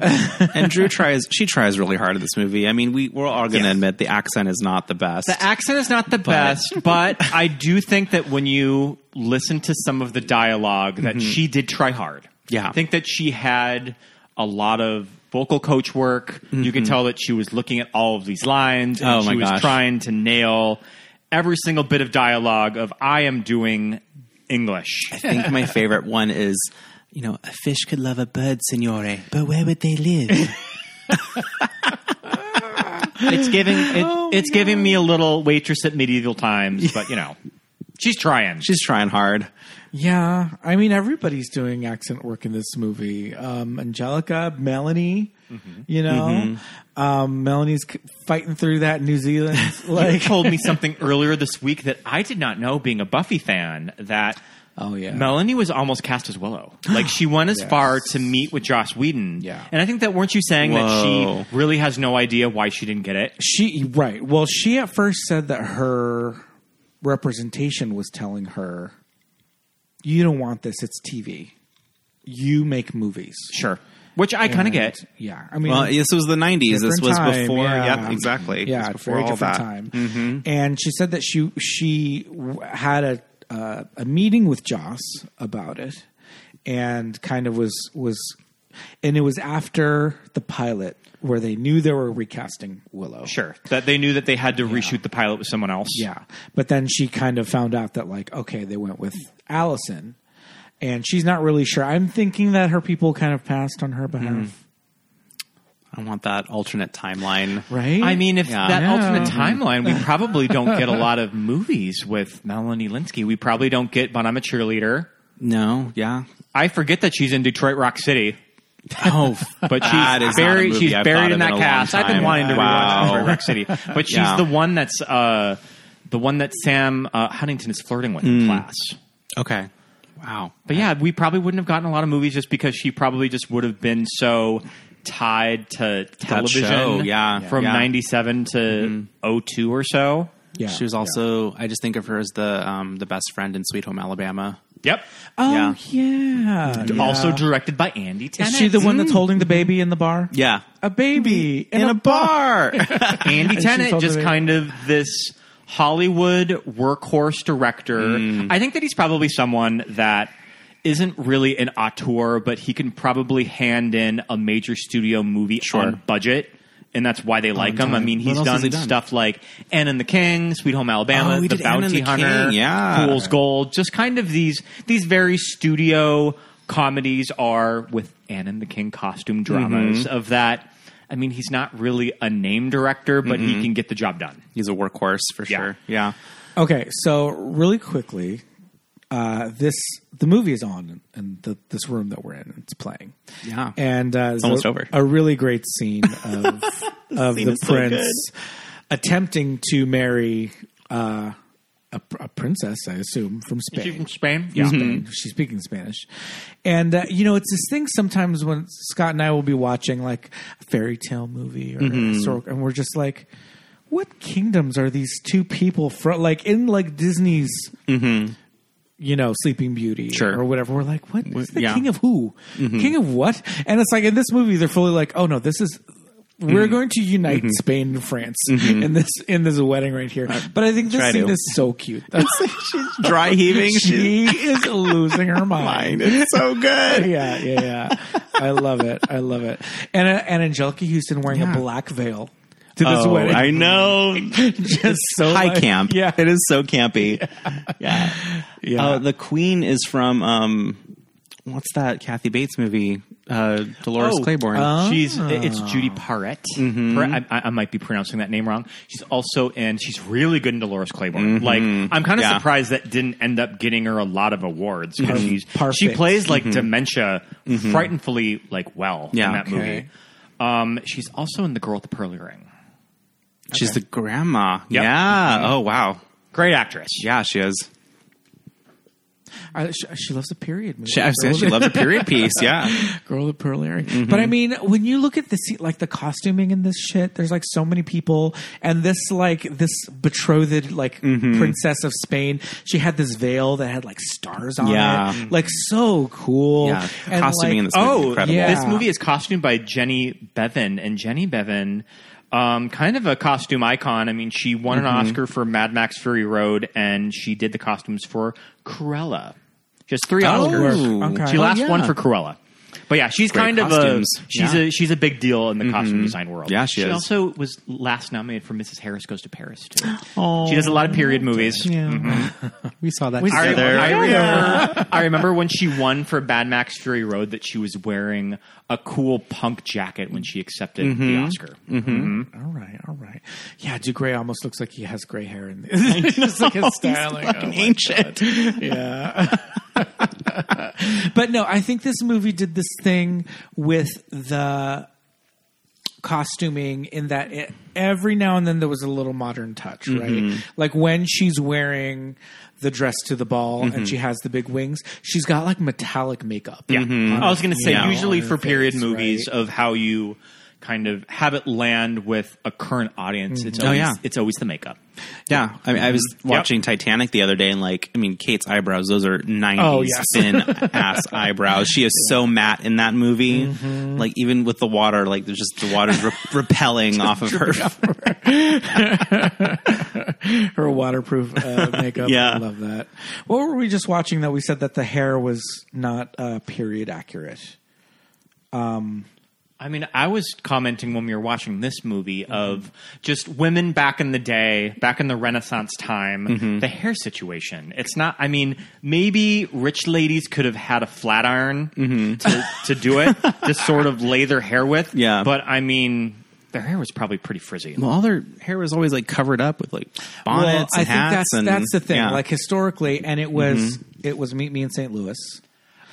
and Drew tries she tries really hard in this movie. I mean, we we're all going to Yes. admit the accent is not the best. The accent is not the best, but I do think that when you listen to some of the dialogue, that she did try hard. Yeah. I think that she had a lot of vocal coach work. You can tell that she was looking at all of these lines and Oh, she my was gosh. trying to nail every single bit of dialogue of I am doing English. I think my favorite one is, you know, a fish could love a bird, signore, but where would they live? It's giving it, it's giving me a little waitress at medieval times, but you know. She's trying. She's trying hard. Yeah, I mean everybody's doing accent work in this movie. Um, Angelica, Melanie, you know, um, Melanie's c- fighting through that New Zealand. you Like, told me something earlier this week that I did not know being a Buffy fan that oh yeah, Melanie was almost cast as Willow. Like she went as Yes. far to meet with Joss Whedon. Yeah. And I think that weren't you saying Whoa. that she really has no idea why she didn't get it? she right. Well, she at first said that her representation was telling her, "You don't want this. It's TV. You make movies." Sure. Which I kind of get. Yeah, I mean, Well, this was the 90s. This different was time, before. yeah. Yep, exactly. Yeah, It was it's before very all different that. Mm-hmm. time. And she said that she she w- had a uh, a meeting with Joss about it, and kind of was was, and it was after the pilot where they knew they were recasting Willow. Sure. That they knew that they had to reshoot the pilot with someone else. Yeah, but then she kind of found out that like okay, they went with Allison, and she's not really sure. I'm thinking that her people kind of passed on her behalf, Mm. I want that alternate timeline. right? I mean, if Yeah. that Yeah. alternate timeline, we probably don't get a lot of movies with Melanie Linsky. We probably don't get But I'm a Cheerleader. No, yeah. I forget that she's in Detroit Rock City. Oh, but that she's is not a buried. movie She's I've thought buried in of in that a long cast. I've been time. wanting to Wow. rewatch Detroit Rock City, but she's Yeah. the one that's uh, the one that Sam uh, Huntington is flirting with Hmm. in class. Okay. Wow. But yeah, we probably wouldn't have gotten a lot of movies just because she probably just would have been so tied to television. show, yeah. from Yeah. Mm-hmm. '97 to '02 or so. yeah, She was also. I just think of her as the um, the best friend in Sweet Home Alabama. Yep. Oh yeah. Mm-hmm. Also Yeah. directed by Andy Tennant. Is she the one that's holding the baby in the bar? Yeah. A baby in, a, bar. Andy Tennant felt just the- kind of this Hollywood workhorse director. I think that he's probably someone that isn't really an auteur, but he can probably hand in a major studio movie on budget. And that's why they like him. I time. mean, he's What else done, has he done? stuff like Anne and the King, Sweet Home Alabama, Oh, we The did Anne and Bounty the Hunter, King, yeah. Fool's Gold. Just kind of these these very studio comedies are with Anne and the King costume dramas Mm-hmm. of that. I mean, Mm-hmm. he's not really a name director, but he can get the job done. He's a workhorse for Yeah. sure. Yeah. Okay, so really quickly, uh, this the movie is on in the, this room that we're in. It's playing. Yeah. and uh, it's almost a, over. A really great scene of of scene the is so prince good. attempting to marry uh, a, pr- a princess, I assume, from Spain. Spain? Yeah. Mm-hmm. She's speaking Spanish. And, uh, you know, it's this thing sometimes when Scott and I will be watching like a fairy tale movie or Mm-hmm. a historical, and we're just like, what kingdoms are these two people from? Like in like Disney's, you know, Sleeping Beauty Mm-hmm. Sure. or whatever. We're like, what is the yeah. Mm-hmm. king of who? King of what? And it's like in this movie, they're fully like, oh no, this is. Mm-hmm. We're going to unite Spain and France in this in this wedding right here, but I think this Uh, try scene to. is so cute. That's- Dry heaving. She's she is losing her mind. fine. It's so good. Yeah, yeah, yeah. I love it. I love it. And uh, and Angelica Houston wearing Yeah. a black veil to this Oh, wedding. I know. Just so High like- camp. Yeah, It is so campy. Yeah. yeah. Uh, the Queen is from um, what's that Kathy Bates movie? Uh, Dolores Oh, Claiborne. Oh, uh, Ah. Mm-hmm. She's it's Judy Parrett. Parrett- I, I- I might be pronouncing that name wrong. She's also in. She's really good in Dolores Claiborne. Like I'm kind of Mm-hmm. Yeah. Mm-hmm. surprised that didn't end up getting her a lot of awards. 'cause She's perfect. she plays like dementia frightenfully like well Yeah. in that Okay. movie. Um, she's also in The Girl with the Pearly Ring. She's the grandma. Yep. Yeah. Mm-hmm. Oh wow. Great actress. Yeah, she is. I, she, she loves a period movie. She, I've said she loves Mm-hmm. a period piece. Yeah. Girl with pearl earring. But I mean, when you look at the se- like the costuming in this shit, there's like so many people, and this like this betrothed like Mm-hmm. princess of Spain, she had this veil that had like stars on Yeah. it, like so cool. Yeah. And, Costuming in this movie is incredible. yeah. This movie is costumed by Jenny Bevan, and Jenny Bevan, um, kind of a costume icon. I mean, she won an Mm-hmm. Oscar for Mad Max Fury Road, and she did the costumes for Cruella. Just three Oscars. work. Okay. She Oh, last yeah. one for Cruella. But yeah, she's kind costumes. of a she's Yeah. Mm-hmm. a she's a big deal in the costume design world. Yeah, she She is. also was last nominated for Mrs. Harris Goes to Paris too. She does a lot of period Oh, movies. oh, Yeah. Mm-hmm. we saw that. I, together. there. I remember, I remember when she won for Bad Max Fury Road that she was wearing a cool punk jacket when she accepted the Mm-hmm. Oscar. All right, all right. Yeah, Dugray almost looks like he has gray hair in this. Just like his styling. Oh, my Ancient. yeah. but no, I think this movie did this thing with the costuming in that it, every now and then there was a little modern touch, Mm-hmm. right? Like when she's wearing the dress to the ball and she has the big wings, she's got like metallic makeup. Mm-hmm. Yeah. I was going to say, Yeah. usually for period Face, movies of how you kind of have it land with a current audience, it's, Oh, always, yeah. it's always the makeup. Yeah. I mean, I was watching Titanic the other day and like, I mean, Kate's eyebrows, those are 90s Oh, yeah. thin ass eyebrows. She is so matte in that movie. Like even with the water, like there's just the water's re- repelling off of her. Her waterproof uh, makeup. Yeah. I love that. What were we just watching that we said that the hair was not uh, period accurate? I mean, I was commenting when we were watching this movie Mm-hmm. of just women back in the day, back in the Renaissance time, Mm-hmm. the hair situation. It's not, I mean, maybe rich ladies could have had a flat iron Mm-hmm. to, to do it, to sort of lay their hair with. Yeah. But I mean, their hair was probably pretty frizzy. Well, all their hair was always like covered up with like well, bonnets I and think hats. that's and, that's the thing. yeah. Mm-hmm. Like historically, and it was it was Meet Me in St. Louis,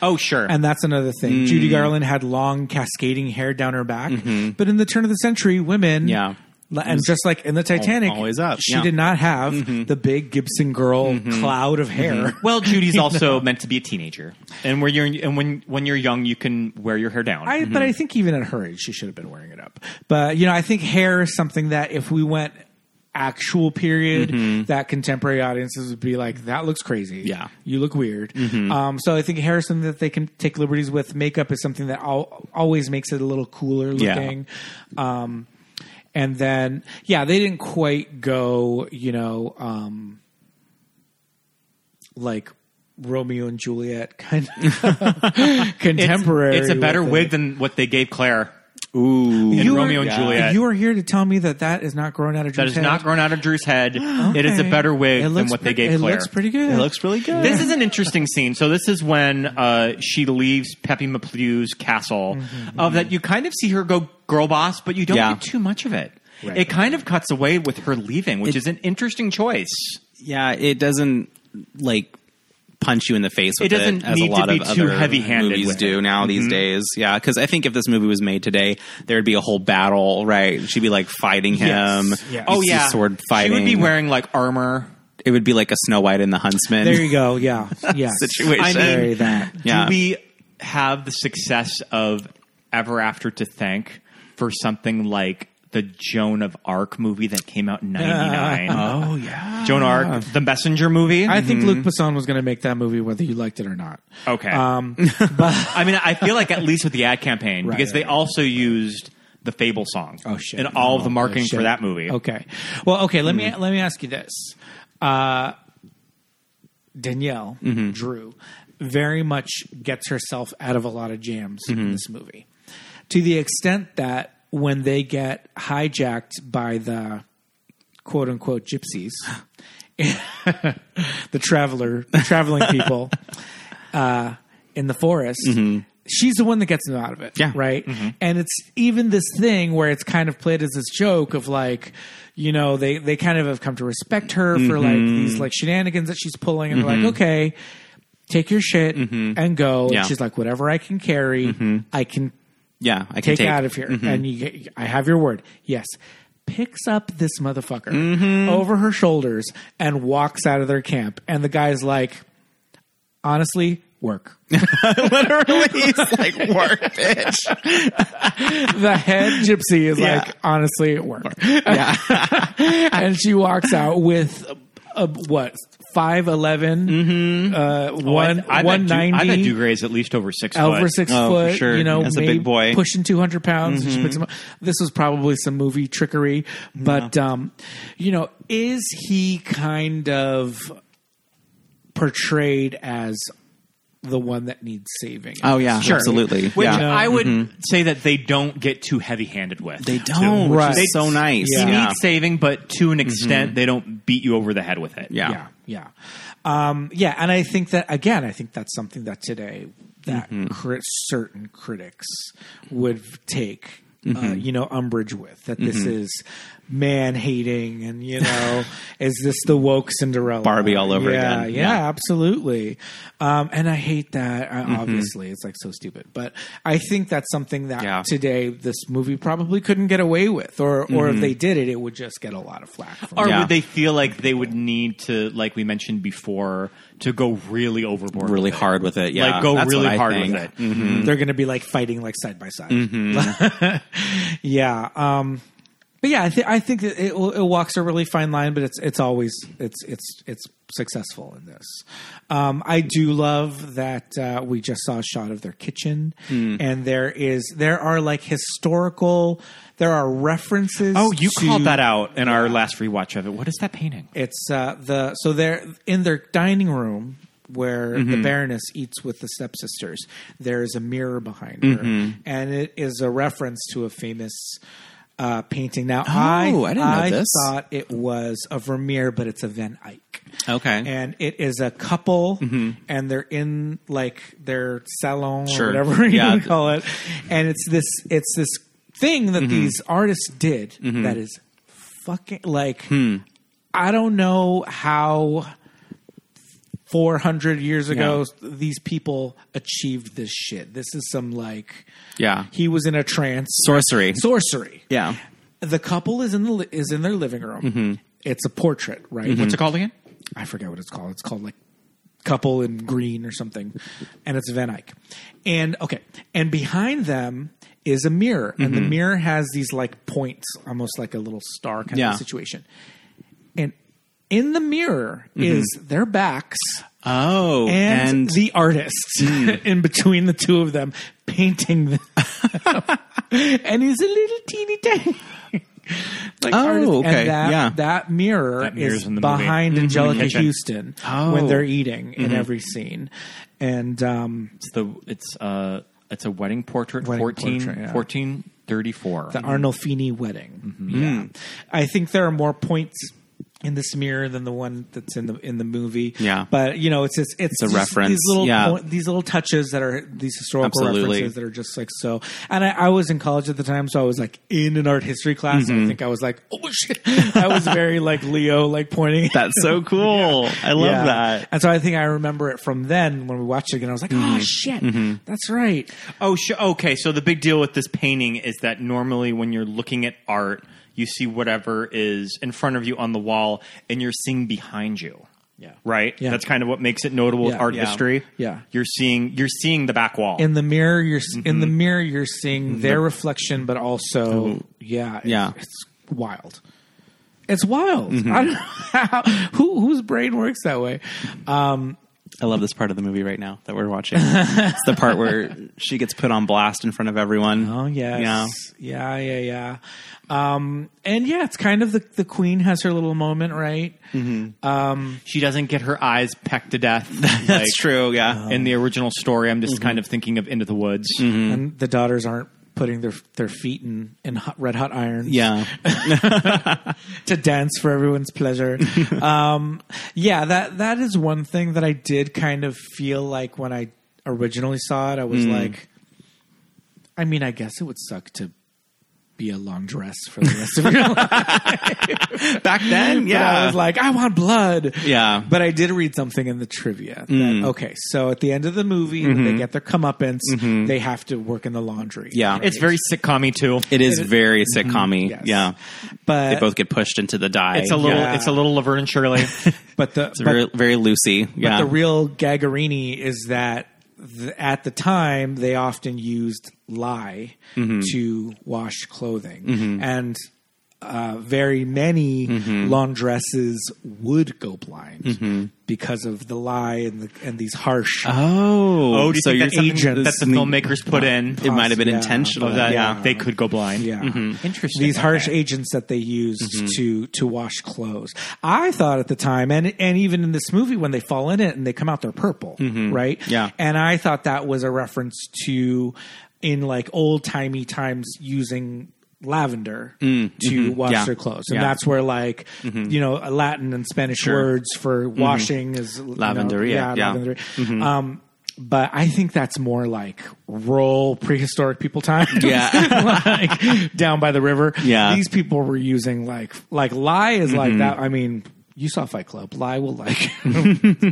Oh, sure. and that's another Mm. thing. Judy Garland had long cascading hair down her back, but in the turn of the century, women, Mm-hmm. Yeah. li- and just like in the Titanic, always up, She yeah. Mm-hmm. did not have the big Gibson girl cloud of hair. well, Judy's also meant to be a teenager, and when you're and when when you're young, you can wear your hair down. Mm-hmm. I, But I think even at her age, she should have been wearing it up. But you know, I think hair is something that if we went actual period, Mm-hmm. that contemporary audiences would be like, "That looks crazy." Yeah. you look weird. Mm-hmm. Um, so I think hair is something that they can take liberties with. Makeup is something that al- always makes it a little cooler Yeah. looking. Um, and then, yeah, they didn't quite go, you know, um, like Romeo and Juliet kind of contemporary. It's a better with it. wig than what they gave Claire. ooh, in You Romeo are- and Juliet. You are here to tell me that that is not grown out of that Drew's is not grown out of Drew's head. It is a better wig than what they gave It Claire. looks pretty good. it looks really good. This is an interesting scene. So this is when uh, she leaves Pepe Maplew's castle. Mm-hmm, Of that, you kind of see her go girl boss, but you don't Yeah. get too much of it. Right. It kind of cuts away with her leaving, which is an interesting choice. yeah, it doesn't like punch you in the face with It it, doesn't as need a to lot be of too other heavy-handed movies with do it. Mm-hmm. now these days. Yeah, because I think if this movie was made today, there'd be a whole battle. Right? She'd be like fighting him. yes. You'd Oh see yeah, sword fighting. She would be wearing like armor. it would be like a Snow White and the Huntsman. There you go. Yeah. Yeah. Situation. I mean- Very that. Yeah. Do we have the success of Ever After to thank for something like the Joan of Arc movie that came out Ah. in '99? Oh yeah. Joan of Arc, the messenger movie. I think Mm-hmm. Luke Besson was going to make that movie whether you liked it or not. okay. Um, I mean, I feel like at least with the ad campaign Right, because they right, right. also used the Fable song Oh shit! in all of the Oh, marketing shit. for that movie. Okay. Well, okay. Let me let me ask you this. Uh, Danielle Drew very much gets herself out of a lot of jams in this movie, to the extent that when they get hijacked by the quote unquote gypsies, the traveler, the traveling people uh, in the forest. She's the one that gets them out of it, Mm-hmm. Yeah. Mm-hmm. right? And it's even this thing where it's kind of played as this joke of like, you know, they they kind of have come to respect her for like Mm-hmm. these like shenanigans that she's pulling, and they're like, okay, take your shit and go. Mm-hmm. Yeah. Mm-hmm. And she's like, whatever I can carry, I can yeah, I can take, take out of here. Mm-hmm. And you, get- I have your word. Yes. Picks up this motherfucker Mm-hmm. over her shoulders and walks out of their camp. And the guy's like, honestly, work. Literally, it's like work, bitch. the head gypsy is Yeah. like, honestly, work. and she walks out with a, a, what? 5'11, uh, one, Mm-hmm. Oh, I, I bet Du- 190. I bet Dugray's at least over six over foot. six Oh, for foot. sure. You know, That's a big maybe boy. Mm-hmm. pushing two hundred pounds. and she puts him up. This was probably some movie trickery, but um, you know, is he kind of portrayed as the one that needs saving? Oh yeah, Sure. absolutely. Which yeah, I would Mm-hmm. say that they don't get too heavy-handed with. they don't. Which Right. is so nice. Yeah. Mm-hmm. need saving, but to an extent, they don't beat you over the head with it. Yeah. yeah, yeah, um, yeah. And I think that again, I think that's something that today that Mm-hmm. cri- certain critics would take. Mm-hmm. Uh, you know, umbrage with that. This is man hating, and you know, is this the woke Cinderella Barbie all over Yeah, again. Yeah, Yeah. Mm-hmm. absolutely. Um, and I hate that. I, Obviously, it's like so stupid. But I think that's something that Yeah. today this movie probably couldn't get away with, or or Mm-hmm. if they did it, it would just get a lot of flack. From Or Yeah. would they feel like they would need to, like we mentioned before, to go really overboard, really with it? hard with it. Yeah, like go That's what really I hard think. with Mm. it? they're going to be like fighting like side by side. Mm-hmm. yeah. Um, but yeah, I, th- I think that it, it walks a really fine line, but it's it's always it's it's it's successful in this. Um, I do love that uh, we just saw a shot of their kitchen, Mm. and there is there are like historical there are references. Oh, you to- called that out in our last rewatch of it. What is that painting? It's uh, the so they're in their dining room where Mm-hmm. the Baroness eats with the stepsisters. There is a mirror behind her, Mm-hmm. and it is a reference to a famous. Uh, painting now. I Oh, I didn't know this. thought it was a Vermeer, but it's a Van Eyck, Okay. Mm-hmm. and it is a couple, and they're in like their salon or Sure. whatever you Yeah. would call it, and it's this it's this thing Mm-hmm. that these artists did that is fucking like Hmm. I don't know how 400 years ago these people achieved this shit. This is some like yeah. he was in a trance Sorcery. sorcery. yeah. The couple is in the li- is in their living room. Mm-hmm. It's a portrait, right? What's What's it called again? I forget what it's called. It's called like couple in green or something, and it's Van Eyck. And okay, and behind them is a mirror, and the mirror has these like points, almost like a little star kind Yeah. of situation. And in the mirror is their backs Oh, and, and, the artist Mm. in between the two of them painting them. and he's a little teeny tiny. Like Oh, okay, And that, yeah. that mirror That mirror's is in the movie. Mm-hmm. behind Angelica kitchen. Oh. Mm-hmm. Houston when they're eating in every scene. And um, It's the it's uh it's a wedding portrait Wedding 14, portrait, yeah. 1434. Mm-hmm. Mm. the Arnolfini wedding. Yeah. I think there are more points in this mirror than the one that's in the in the movie. Yeah. but you know, it's just, it's, a just reference, These little yeah. point- these little touches that are these historical Absolutely. references that are just like so. And I, I was in college at the time, so I was like in an art history class. Mm-hmm. and I think I was like, oh shit! I was very like Leo, like pointing. That's so cool. I love Yeah. that. Mm-hmm. And so I think I remember it from then when we watched it again. I was like, oh shit, that's right. Oh, sh- okay. So the big deal with this painting is that normally when you're looking at art, you see whatever is in front of you on the wall, and you're seeing behind you. Yeah. Right. Yeah. That's kind of what makes it notable with Yeah. art Yeah. history. Yeah. You're seeing you're seeing the back wall. In the mirror, you're s in the mirror. You're seeing their reflection, but also, Mm-hmm. Oh. yeah, Mm-hmm. it's, Yeah. it's wild. It's wild. I don't know how, who whose brain works that way. Um, I love this part of the movie right now that we're watching. it's the part where she gets put on blast in front of everyone. oh yes, Yeah. yeah, yeah, yeah. Um, and yeah, it's kind of the the queen has her little moment, right? she doesn't get her eyes pecked to death. That's true. Yeah. In the original story, I'm just Mm-hmm. kind of thinking of Into the Woods. And the daughters aren't putting their their feet in in hot, red hot irons. yeah. to dance for everyone's pleasure. um, yeah, that that is one thing that I did kind of feel like when I originally saw it, I Hmm. was like, I mean, I guess it would suck to be a laundress for the rest of your life. Back then, But I yeah. was like, I want blood. Yeah. Hmm. But I did read something in the trivia. That, Okay, so at the end of the movie, when Mm-hmm. they get their comeuppance. They have to work in the laundry. Yeah. It's very sitcom too. it is Mm-hmm. very sitcom Yes. Yeah. but They both get pushed into the die. It's a little Yeah. it's a little Laverne and Shirley. but the It's but very, very loosey. But Yeah. the real Gagarini is that th- at the time they often used lye to wash clothing, and uh, very many laundresses would go blind because of the lye and the, and these harsh. oh. Oh, do you so think you're that's something agent- that the filmmakers put in? It might have been Yeah. intentional. of that, Yeah. yeah. they could go blind. Hmm. yeah. Interesting. These harsh Okay. agents that they used Mm-hmm. to to wash clothes. I thought at the time, and and even in this movie, when they fall in it and they come out, they're purple, right? Mm-hmm. Yeah. And I thought that was a reference to in like old timey times using lavender to wash Mm, mm-hmm. Yeah. their clothes, and Yeah. Mm-hmm. that's where like you know Latin and Spanish words for washing is you know, Lavanderia, Mm-hmm. yeah. lavanderia. Mm-hmm. Um, but I think that's more like roll prehistoric people time. Yeah. like down by the river. Yeah. Mm-hmm. These people were using like like lie is like that. I mean, you saw Fight Club. Lie will like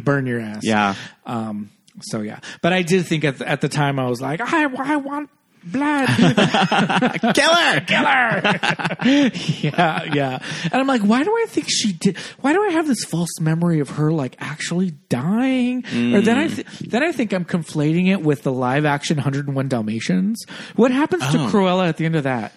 burn your ass. Yeah. Um so yeah. But I did think at the, at the time I was like, I, I want blood. Killer. yeah, yeah. And I'm like, why do I think she did? Why do I have this false memory of her like actually dying? Or then I Hmm. th- then I think I'm conflating it with the live action 101 Dalmatians. What happens to Cruella at the end of that?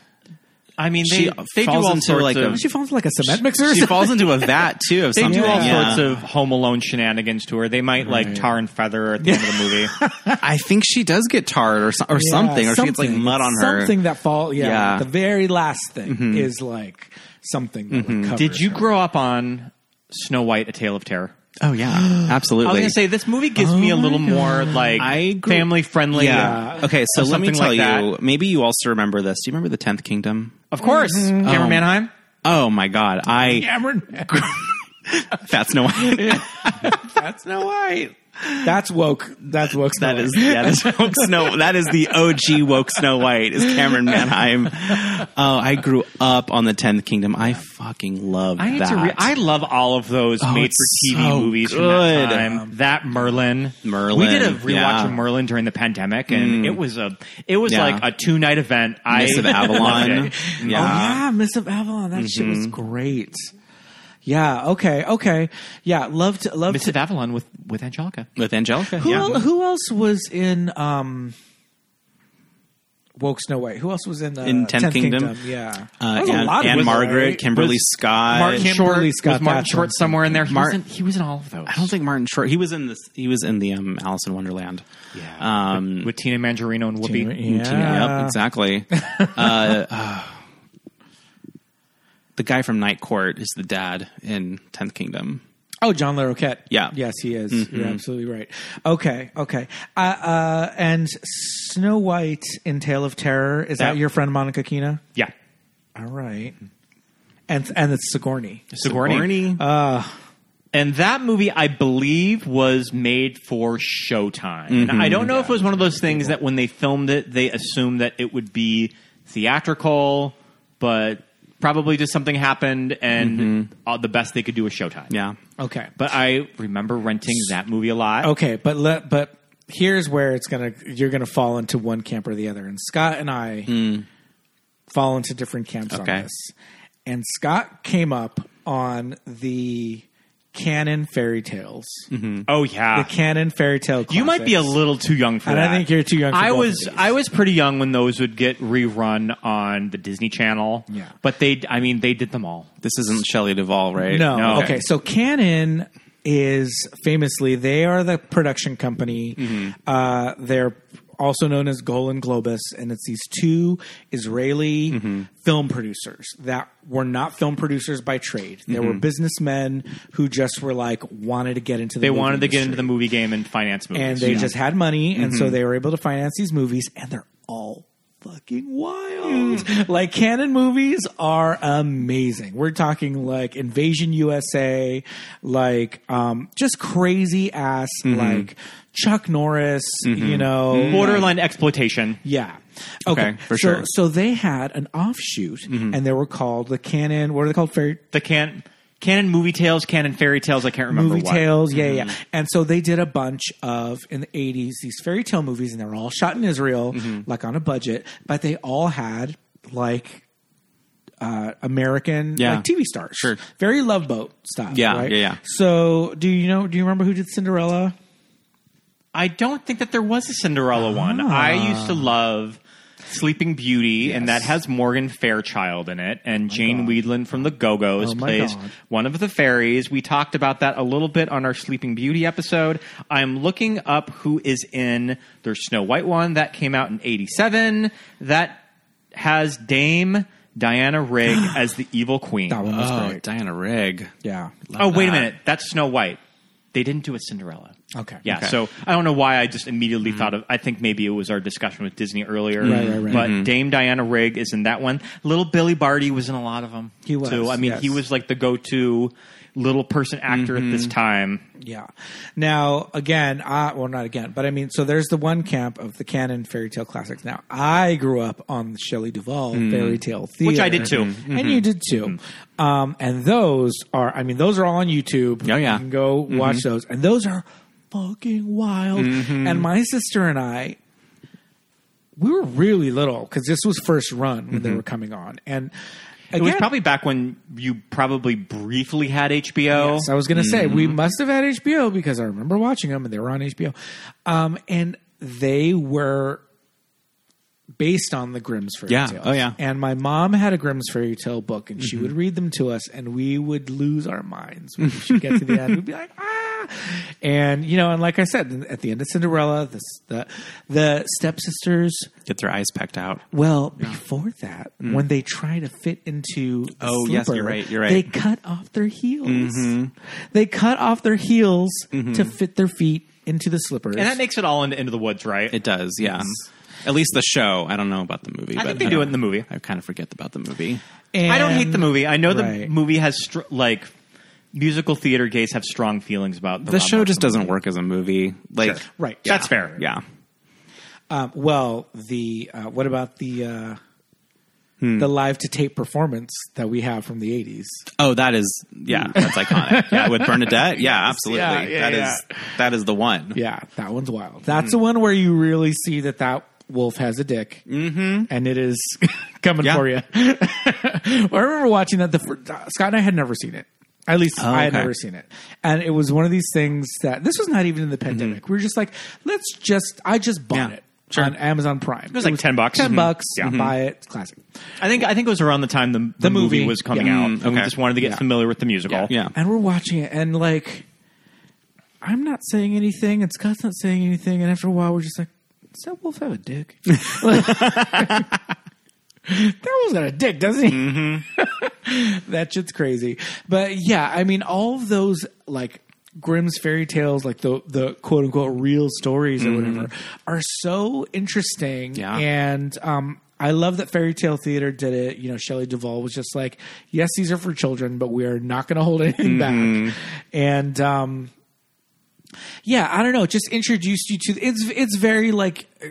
I mean, Oh. She they, they falls do all into, sorts like, of a- She falls in, like a cement mixer. or She falls into a vat too of they something. do all yeah. sorts of Home Alone shenanigans to her. They might like tar and feather her at the end of the movie. I think she does get tarred or, so- or Yeah, something, or she gets like mud on her. Something that fall. Yeah, Yeah. Mm-hmm. the very last thing is like something. That like, covers Did you her. grow up on Snow White: A Tale of Terror? Oh yeah, Oh absolutely. I was gonna say this movie gives me a little more like I grew- family friendly. yeah. Okay, so Or let me something tell like you. Maybe you also remember this. Do you remember the Tenth Kingdom? Um, Of course, Mm-hmm. Cameron Manheim. Oh my God, I Mm-hmm. Cameron? that's no That's no white. That's woke. That's woke. that is that is woke Snow that is the OG woke Snow White is Cameron Manheim. Oh, I grew up on the Tenth Kingdom. I fucking love I need that. to. Re- I love all of those made Oh, it's for TV so movies good. Um, from that time. That Merlin, Merlin, We did a rewatch yeah. Mm. of Merlin during the pandemic, and it was a it was Yeah. like a two night event. I Miss of Avalon. loved it. Oh yeah, Miss of Avalon. That shit Mm-hmm. was great. Yeah. Okay. Okay. Yeah. Loved. Loved. Miss of Avalon with with Angelica. with Angelica. who, yeah. el- who else was in um, woke Snow White? Who else was in uh, In Tenth Kingdom? Yeah. Uh, There was a Anne, lot of Anne women, Margaret, right? Kimberly Was Scott, Martin Shortly Short was Scott Martin Batchelor. Short somewhere in there. He, Mart- was in, he was in all of those. I don't think Martin Short. He was in this. He was in the um, Alice in Wonderland. Yeah. Um, with Tina Mangerino and Whoopi. Yeah. Yep. Exactly. uh, ah. the guy from Night Court is the dad in Tenth Kingdom. Oh, John LaRoquette. Yeah. Mm-hmm. Yes, he is. You're absolutely right. Okay. Okay. Uh, uh, and Snow White in Tale of Terror. Is that, That- your friend Monica Keena? Yeah. All right. and and it's Sigourney. Sigourney. Uh, and that movie, I believe, was made for Showtime. Mm-hmm. And I don't know if it was one of those things that when they filmed it, they assumed that it would be theatrical, but probably just something happened and Mm-hmm. uh, the best they could do was Showtime. Yeah. Okay, but But I remember renting that movie a lot. okay, but let but here's where it's gonna you're gonna fall into one camp or the other, and Scott and I Hmm. fall into different camps Okay. on this. And Scott came up on the canon fairy tales, Oh, yeah. the canon fairy tale. You might be a classics. little too young for And I that. think you're too young for I both was of these. I was pretty young when those would get rerun on the Disney Channel. Yeah. but they I mean they did them all. This isn't Shelley Duvall, right? No. No. Okay. So Canon is famously they are the production company. Mm-hmm. Uh, they're also known as Golan Globus, and it's these two Israeli Mm-hmm. film producers that were not film producers by trade. They Mm-hmm. were businessmen who just were like wanted to get into. the They movie wanted to get industry. into the movie game and finance movies, and they Yeah. just had money, and so they were able to finance these movies, and they're all fucking wild. Like canon movies are amazing. We're talking like Invasion USA, like um, just crazy ass like Chuck Norris, you know, Mm-hmm. borderline exploitation. yeah. Okay. Okay, so, for sure. So they had an offshoot, and they were called the Canon. What are they called? Fairy The can canon movie tales, canon fairy tales. I can't remember movie what. tales. Yeah, yeah. Mm-hmm. And so they did a bunch of in the eighties these fairy tale movies, and they were all shot in Israel, Mm-hmm. like on a budget, but they all had like uh, American Yeah. like TV stars. Sure. very Love Boat style. Yeah, right? yeah, yeah. So do you know? Do you remember who did Cinderella? I don't think that there was a Cinderella one. Ah. I used to love Sleeping Beauty, and that has Morgan Fairchild in it, and Jane Weedland from the Go Go's Oh, my plays God. one of the fairies. We talked about that a little bit on our Sleeping Beauty episode. I'm looking up who is in their Snow White one that came out in '87. That has Dame Diana Rigg as the evil queen. That one was Oh, great. Diana Rigg. Yeah. Oh, wait a that. minute. That's Snow White. They didn't do a Cinderella. Okay. Yeah. Okay. So I don't know why I just immediately thought of. I think maybe it was our discussion with Disney earlier. Right, right, right. But Mm-hmm. Dame Diana Rigg is in that one. Little Billy Barty was in a lot of them. He was, Too. I mean, yes. he was like the go-to little person actor at Mm-hmm. this time. Yeah. Now, again, I, well, not again, but I mean, so there's the one camp of the canon fairy tale classics. Now, I grew up on the Shelley Duvall fairy tale theater, Hmm. Which I did too. Hmm. and you did too. Um, and those are, I mean, those are all on YouTube. Oh, yeah. you can go Hmm. watch those, and those are fucking wild. Mm-hmm. And my sister and I, we were really little because this was first run when they were coming on, and. Mm-hmm. It was again- probably back when you probably briefly had HBO. Yes, I was going to say Mm-hmm. we must have had HBO because I remember watching them and they were on HBO, um, and they were based on the Grimm's fairy Yeah. tales. Oh, yeah. Mm-hmm. And my mom had a Grimm's fairy tale book, and she would read them to us, and we would lose our minds when she get to the end. We'd be like, ah, and you know, and like I said, at the end of Cinderella, the the, the stepsisters. Get their eyes pecked out. Well, before that, when they try to fit into the Mm. Oh, yes, slipper, you're right, you're right. Mm-hmm. They cut off their heels. They cut off their heels to fit their feet into the slippers. and that makes it all into Into the Woods, right? It does, yeah. At least the show. I don't know about the movie. I but think they do it in the movie. I kind of forget about the movie. And- I don't hate the movie. I know the Right. movie has str- like musical theater gays have strong feelings about the, The Rob show Marshall just doesn't work as a movie. Like, Right. That's fair. yeah. Um, well, the uh, what about the uh, Hmm. the live to tape performance that we have from the eighties? Oh, that is yeah. That's iconic. Yeah, with Bernadette. Yeah, absolutely. That is yeah, that is the one. Yeah, that one's wild. That's the one where you really see that that wolf has a dick, mm-hmm. and it is coming Yeah. for you. I remember watching that. The fir- uh, Scott and I had never seen it. At least I had okay. never seen it, and it was one of these things that this was not even in the pandemic. We were just like, let's just. I just bought Yeah, it on Amazon Prime. It was like 10 bucks. 10 Mhm. bucks. Yeah. Buy it. It's classic. I think I think it was around the time the, the, movie, movie. was coming Yeah. out. Mm, And we okay. just wanted to get Yeah. familiar with the musical. Yeah. And we're watching it, and like, I'm not saying anything, and Scott's not saying anything, and after a while, we're just like, does that wolf have a dick? that wolf's got a dick, doesn't he? that shit's crazy. But yeah, I mean, all of those like Grimm's fairy tales, like the the quote unquote real stories or whatever, are so interesting. Yeah. and um, I love that Fairy Tale Theater did it. You know, Shelley Duvall was just like, "Yes, these are for children, but we are not going to hold anything back." And um, yeah, I don't know. It just introduced you to it's. It's very like uh,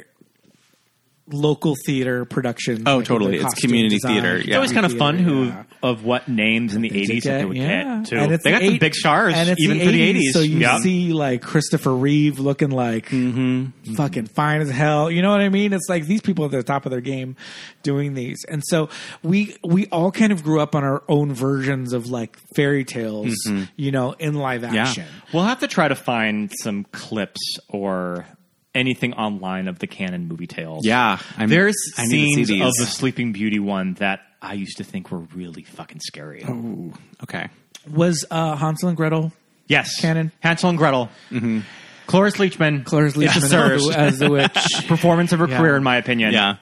local theater production. Oh, like, totally. the It's costume community theater, yeah. It's always kind of fun who yeah. of what names in the They eighties that they would yeah. get too. And it's they got eight- some big stars and it's even for the eighties. So you yeah. see like Christopher Reeve looking like Mm-hmm. fucking fine as hell. You know what I mean? It's like these people at the top of their game doing these. And so we we all kind of grew up on our own versions of like fairy tales, Mm-hmm. you know, in live action. We'll have to try to find some clips or anything online of the canon movie tales. Yeah, I'm- There's I need to see scenes these. of the Sleeping Beauty one that I used to think were really fucking scary. Oh. Okay. Was uh, Hansel and Gretel Yes. Canon. Hansel and Gretel. Cloris Leachman. Claire's Leachman Yes, as sir. the- as the witch? Performance of her Yeah. career, in my opinion. Yeah.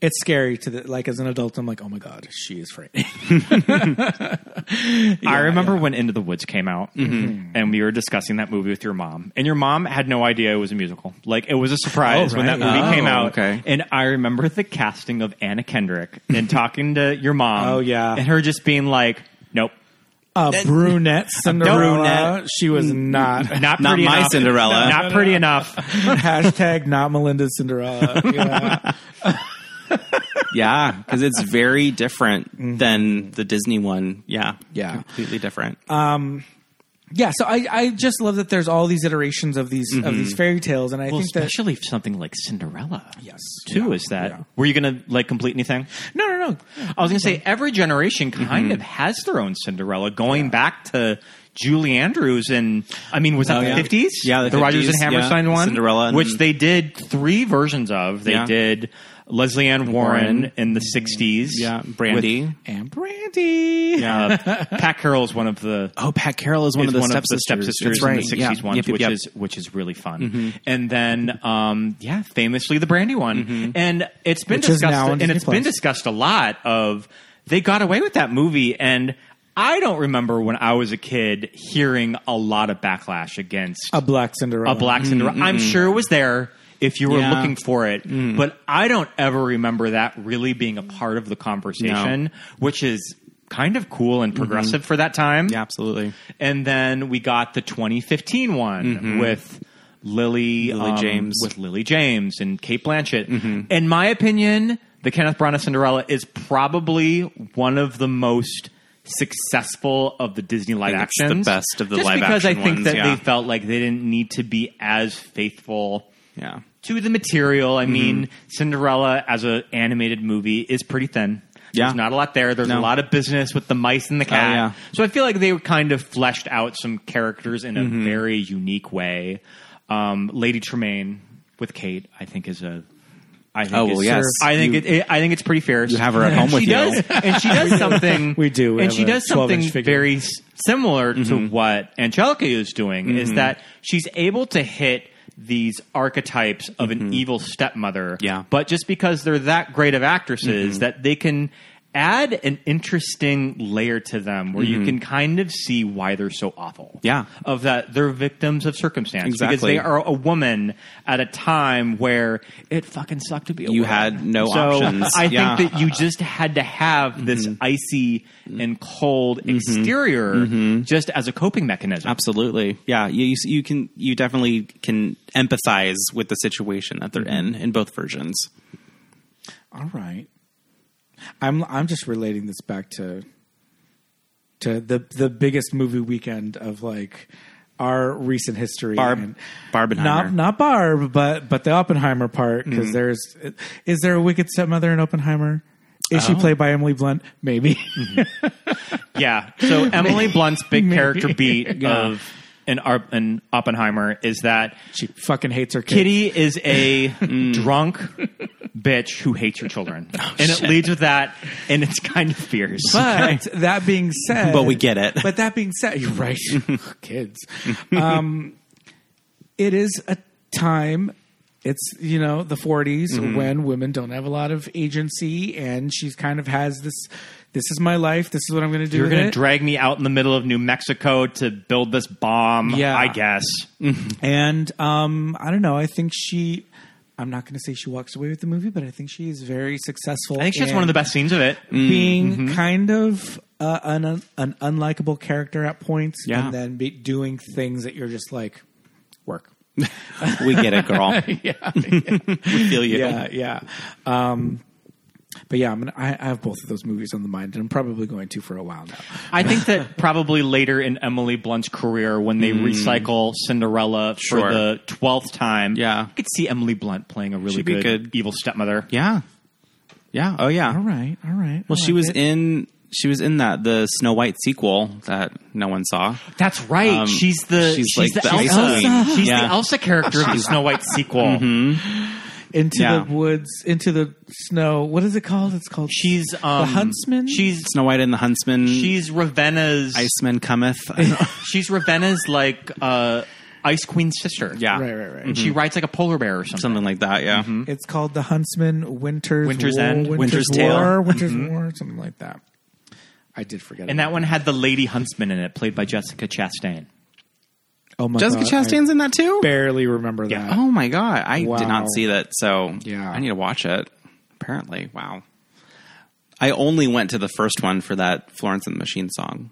it's scary to the like as an adult. I'm like, oh my god, she is frightening. I remember when Into the Woods came out, and we were discussing that movie with your mom, and your mom had no idea it was a musical. Like it was a surprise Oh, when that right. movie Oh, came out. okay. And I remember the casting of Anna Kendrick and talking to your mom. Oh, yeah. and her just being like, "Nope, A Uh, brunette Cinderella. brunette. She was not. not Not pretty my enough. Cinderella. not pretty enough." Hashtag not Melinda Cinderella. Yeah. Yeah, because it's very Mm-hmm. different than the Disney one. Yeah. Yeah. Completely different. Uh, Yeah, so I, I just love that there's all these iterations of these of these fairy tales, and I Mm-hmm. Well, think that especially if something like Cinderella. Yes. too Yeah. is that. Yeah. Were you gonna like complete anything? no, no, no. I was going to say every generation kind of has their own Cinderella. Going back to Julie Andrews and I mean, was that Oh, the yeah. fifties? Yeah, the Rogers 50s, and Hammerstein yeah. one, Cinderella and- which they did three versions of. They Yeah. did Leslie Ann Warren, Warren. in the sixties. yeah. Brandy. And Brandy. Uh, Pat Carroll is one of the oh, Pat Carroll is one is of the one stepsisters. of the stepsisters That's right. in the yeah. '60s ones, Yep, yep, which yep. Mm-hmm. is which is really fun. And then, um, yeah, famously the Brandy one, Mm-hmm. and it's been Which is discussed, now on and Disney it's Plus. been discussed a lot. Of they got away with that movie, and I don't remember when I was a kid hearing a lot of backlash against A black Cinderella. a black Cinderella. I'm sure it was there if you were Oh. Mm-hmm. Yeah. Mm. looking for it, but I don't ever remember that really being a part of the conversation, which is kind of cool and progressive for that time. Mm-hmm. Yeah, absolutely. And then we got the 2015 one with Lily, Mm-hmm. um, Lily James. Mm-hmm. with Lily James and Kate Blanchett. In my opinion, the Kenneth Branagh Cinderella is probably one of the most successful of the Disney live think it's the actions. best of the Just live because I action think ones, that yeah. they felt like they didn't need to be as faithful Yeah. to the material. I Mm-hmm. mean, Cinderella as an animated movie is pretty thin. Yeah. There's not a lot there. There's No. a Oh, lot of business with the mice and the cat. yeah. So I feel like they were kind of fleshed out some characters in a Mm-hmm. very unique way. Um, Lady Tremaine with Kate, I think, is a. I think Oh, well, is- yes. I think You- it, it- I think it's pretty fierce. You have her at home she with you. does, and she does something. We do. We and have she a does 12-inch something figure. very very s- similar to what Angelica is doing is that she's able to hit these archetypes of an evil stepmother. Yeah. But just because they're that great of actresses that they can add an interesting layer to them where you can kind of see why they're so awful. Yeah. Of that they're victims of circumstance. Because Exactly. they are a woman at a time where it fucking sucked to be a You woman. had no So, options. I Yeah. Mm-hmm. think that you just had to have this icy and cold exterior Mm-hmm. just as a coping mechanism. Absolutely. Yeah. You, you s- you can you definitely can empathize with the situation that they're in in both versions. All right. I'm I'm just relating this back to to the the biggest movie weekend of like our recent history. Barb- and- Barbenheimer. Mm-hmm. Not not Barb, but but the Oppenheimer part because there's is there a wicked stepmother in Oppenheimer? Is Oh. she played by Emily Blunt? Maybe. Yeah. So Emily Blunt's big character beat of an, Ar- an Oppenheimer is that she fucking hates her kid. Kitty is a Mm. drunk bitch who hates her children. Oh, and it leads with that, and it's kind of fierce. But that being said, But we get it. But that being said, you're right, kids. Um, it is a time. It's you know the 40s Mm-hmm. when women don't have a lot of agency, and she's kind of has this. This is my life. This is what I'm going to do. You're going going to drag me out in the middle of New Mexico to build this bomb, Yeah. I guess. and um, I don't know. I think she I'm not going to say she walks away with the movie, but I think she is very successful. I think she has one of the best scenes of it. being kind of uh, an an unlikable character at points, Yeah. and then be doing things that you're just like work. we get it, girl. Yeah, We feel you. yeah, yeah. Um, but yeah, I'm gonna, I, I have both of those movies on the mind, and I'm probably going to for a while now. I think that probably later in Emily Blunt's career, when they recycle Cinderella for Mm. Sure. the twelfth time, Yeah. I could see Emily Blunt playing a really She'd be good, good. evil stepmother. Yeah. Yeah. Oh yeah. All right, all right. Well, she was in she was in that the Snow White sequel that no one saw. That's right. Um, she's the she's, she's like the, the Elsa. Elsa queen. She's Yeah. the Elsa character of the Snow White sequel. Mm-hmm. into yeah. the woods, into the snow. What is it called? It's called She's um, the huntsman. She's Snow White and the Huntsman. she's Ravenna's. Iceman cometh. I don't know. She's Ravenna's like uh, Ice Queen's sister. yeah. right, right, right. and she rides like a polar bear or something. Something like that. Yeah. Mm-hmm. It's called The Huntsman Winter's Winter's War, End, Winter's, Winter's War, Tale. Winter's War, something like that. I did forget. And about that one had the lady huntsman in it, played by Jessica Chastain. Oh my Jessica God, Chastain's I in that too. barely remember that. Oh my god, I Wow. did not see that. So Yeah. I need to watch it. Apparently, wow. I only went to the first one for that Florence and the Machine song.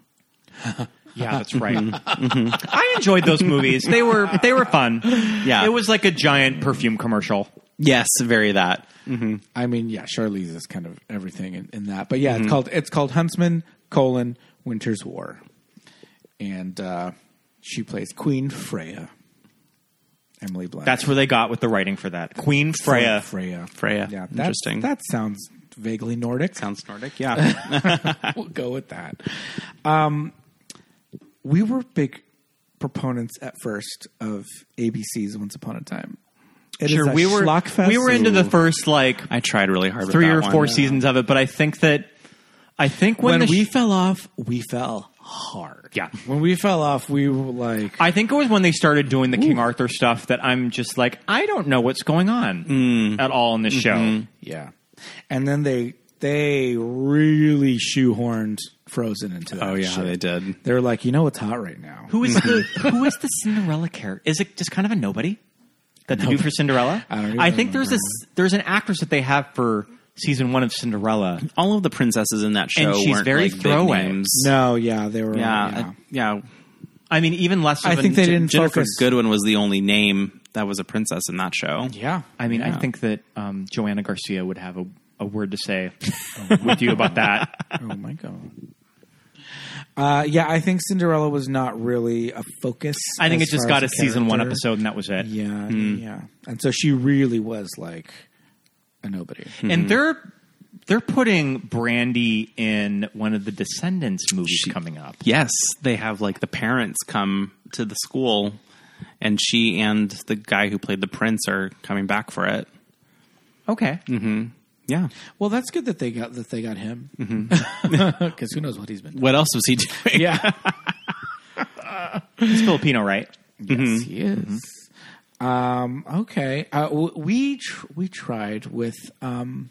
Yeah, that's right. I enjoyed those movies. They were they were fun. Yeah. it was like a giant perfume commercial. Yes, very that. I mean, yeah, Charlize is kind of everything in, in that. But yeah, Mm-hmm. it's called it's called Huntsman colon Winter's War, and uh, she plays Queen Freya. Emily Blunt. That's where they got with the writing for that. Queen Freya. Freya. Freya. Yeah, that's, Interesting. That sounds vaguely Nordic. Sounds Nordic. Yeah. we'll go with that. Um, we were big proponents at first of ABC's Once Upon a Time. It is a we were schlockfest. we were into the first like I tried really hard. three with that or one. four seasons of it, but I think that I think when, when, the we sh- fell off. We fell hard. Yeah. when we fell off, we were like, I think it was when they started doing the King Arthur stuff that I'm just like I don't know what's going on Mm. at all in this show. yeah. And then they they really shoehorned Frozen into that. Oh yeah, shit. they did. They're like, you know what's hot right now? Who is the Mm-hmm. Who is the Cinderella character? Is it just kind of a nobody that they do for Cinderella? I don't even I think there's remember. this there's an actress that they have for season one of Cinderella. All of the princesses in that show And she's weren't very like, big throwaway. names. No, yeah, they were. Yeah, yeah. yeah. I mean, even less. Of I an- think they J- didn't Jennifer focus. Goodwin was the only name that was a princess in that show. Yeah, I mean, I think that um, Joanna Garcia would have a, a word to say uh, with you about that. Oh my god. Uh, yeah, I think Cinderella was not really a focus. I think as it just far got a as season one character. episode, Hmm. and that was it. Yeah, yeah, and so she really was like a nobody. And they're they're putting Brandy in one of the Descendants movies coming up. Yes, they have like the parents come to the school, and she and the guy who played the prince are coming back for it. Okay, Yeah. Well, that's good that they got that they got him because Mm-hmm. who knows what he's been. doing. What else was he doing? Yeah, it's Filipino, right? yes, Mm-hmm. he is. Um, okay, uh, w- we tr- we tried with um,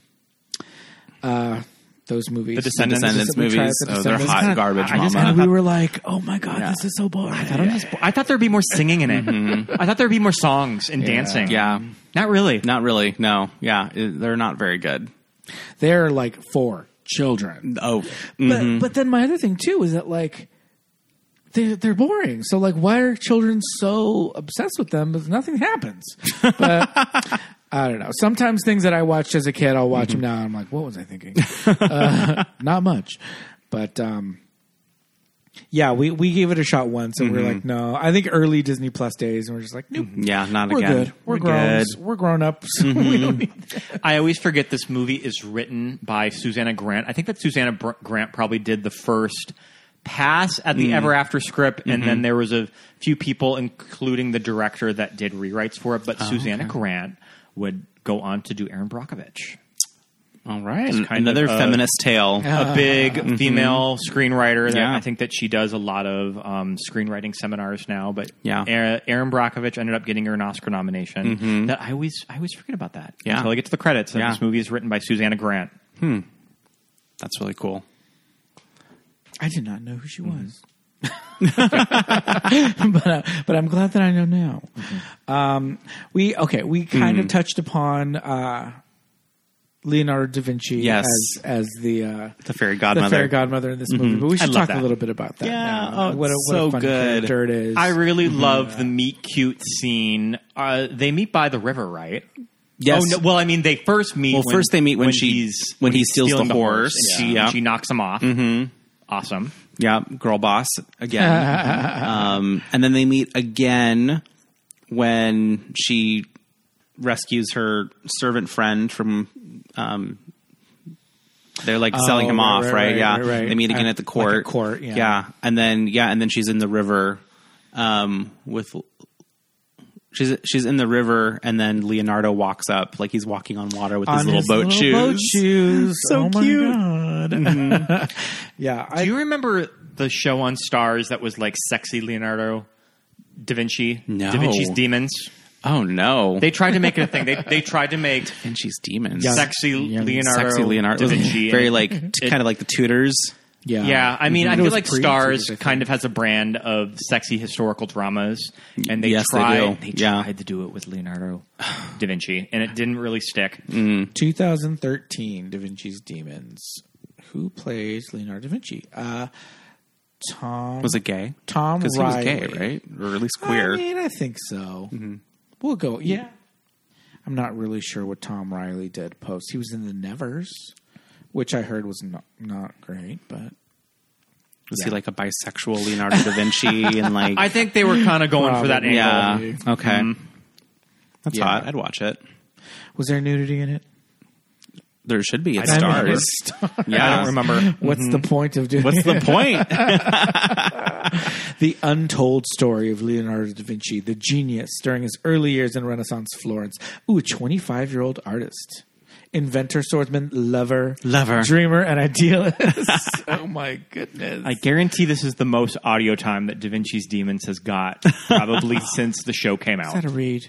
uh, those movies, The Descendants. Descendants We tried movies. the Oh, they're Descendants. hot Kinda- garbage, I just mama. kinda- we were like, oh my god, this is so boring. I thought, it was, I thought there'd be more singing in it. I thought there'd be more songs and dancing. Yeah. Not really. Not really. No. Yeah. It- They're not very good. they're like for children. Oh. But but then my other thing too is that like they're they're boring. So like why are children so obsessed with them? But nothing happens. But I don't know. Sometimes things that I watched as a kid, I'll Mm-hmm. watch them now. And I'm like, what was I thinking? uh, not much. But um, yeah, we we gave it a shot once, and we we're like, no. I think early Disney Plus days, and we're just like, nope. Mm-hmm. Yeah. Not We're again. Mm-hmm. good. We're, grown. We're grown ups. we don't need I always forget this movie is written by Susanna Grant. I think that Susanna Br- Grant probably did the first pass at the Ever After script, and then there was a few people, including the director, that did rewrites for it. But Susanna Grant would go on to do Aaron Brockovich, All right. kind of uh, Another a- feminist tale. a big female screenwriter. That Uh, mm-hmm. Yeah. I think that she does a lot of um, screenwriting seminars now. But Yeah. Aaron, Aaron Brockovich ended up getting her an Oscar nomination. That I always I always forget about that Mm-hmm. Yeah. until I get to the credits. And Yeah. this movie is written by Susanna Grant. That's really cool. Mm-hmm. I did not know who she was. but uh, but I'm glad that I know now. Mm-hmm. Um, we okay. We kind Mm. of touched upon uh, Leonardo da Vinci Yes. as as the uh, The fairy the godmother. Mm-hmm. fairy godmother in this movie, but we should love talk a that. little bit about that. Yeah, now. oh, what a, it's what a so fun good. Mm-hmm. character it is. I really love the meet cute scene. Uh, they meet by the river, right? Yes. Oh, no, well, I mean, they first meet. Well, when- first they meet when she- he's when he he's steals stealing the horse. and she, Yeah. and she knocks him off. Mm-hmm. Awesome. Yeah, girl boss again. um, and then they meet again when she rescues her servant friend from. Um, they're like selling him Oh, right, off, right, right? right, yeah, right, right. they meet again At- at the court. like a court, yeah. and then yeah, and then she's in the river um, with. She's she's in the river, and then Leonardo walks up like he's walking on water with his On little his boat shoes. Mm-hmm. boat shoes. So oh my cute. God. yeah, I, Do you remember the show on Stars that was like sexy Leonardo da Vinci? No. Da Vinci's Demons. Oh no! They tried to make it a thing. They they tried to make and she's demons. sexy Yeah. Leonardo, sexy da Leonardo Vinci. very like kind of like the Tudors. yeah, Yeah, I mean, I It feel was like pre- Stars kind of has a brand of sexy historical dramas, and they Yes, they tried do. Yeah. tried to do it with Leonardo da Vinci, and it didn't really stick. Mm. 2013 Da Vinci's Demons. Who plays Leonardo da Vinci? Uh, Tom Was it gay? Tom Because he was gay, Riley. right? Mm-hmm. Or at least I queer. mean, I think so. We'll go. Yeah, I'm not really sure what Tom Riley did post. He was in the Nevers, which I heard was not not great, but was he like a bisexual Leonardo da Vinci and like I think they were kind of going for that angle. Mm-hmm. yeah Probably. okay that's Yeah. hot. I'd watch it. was there nudity in it? There should be at don't remember. stars. Mm-hmm. Yeah, I don't remember. What's the point of doing? What's the point? The untold story of Leonardo da Vinci, the genius during his early years in Renaissance Florence. Ooh, a 25 year old artist, inventor, swordsman, lover, Lover. dreamer, and idealist. oh my goodness. I guarantee this is the most audio time that Da Vinci's Demons has got, probably since the show came out. gotta read.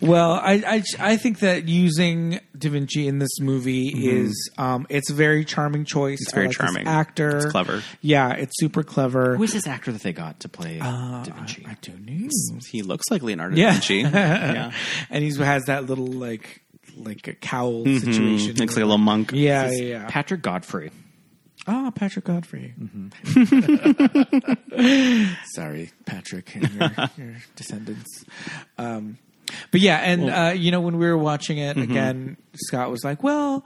well, I, I I think that using Da Vinci in this movie is um it's a very charming choice. It's Mm-hmm. very charming. actor, It's clever. Yeah, it's super clever. Who is this actor that they got to play Da Vinci? I don't know. he looks like Leonardo Yeah. da Vinci. Yeah. And he has that little like like a cowl situation. Looks like a little monk. yeah, yeah, yeah. Patrick Godfrey. Ah, Patrick Godfrey. Sorry, Patrick, and your, your descendants. Um, but yeah, and uh, you know, when we were watching it again, Scott was like, "Well,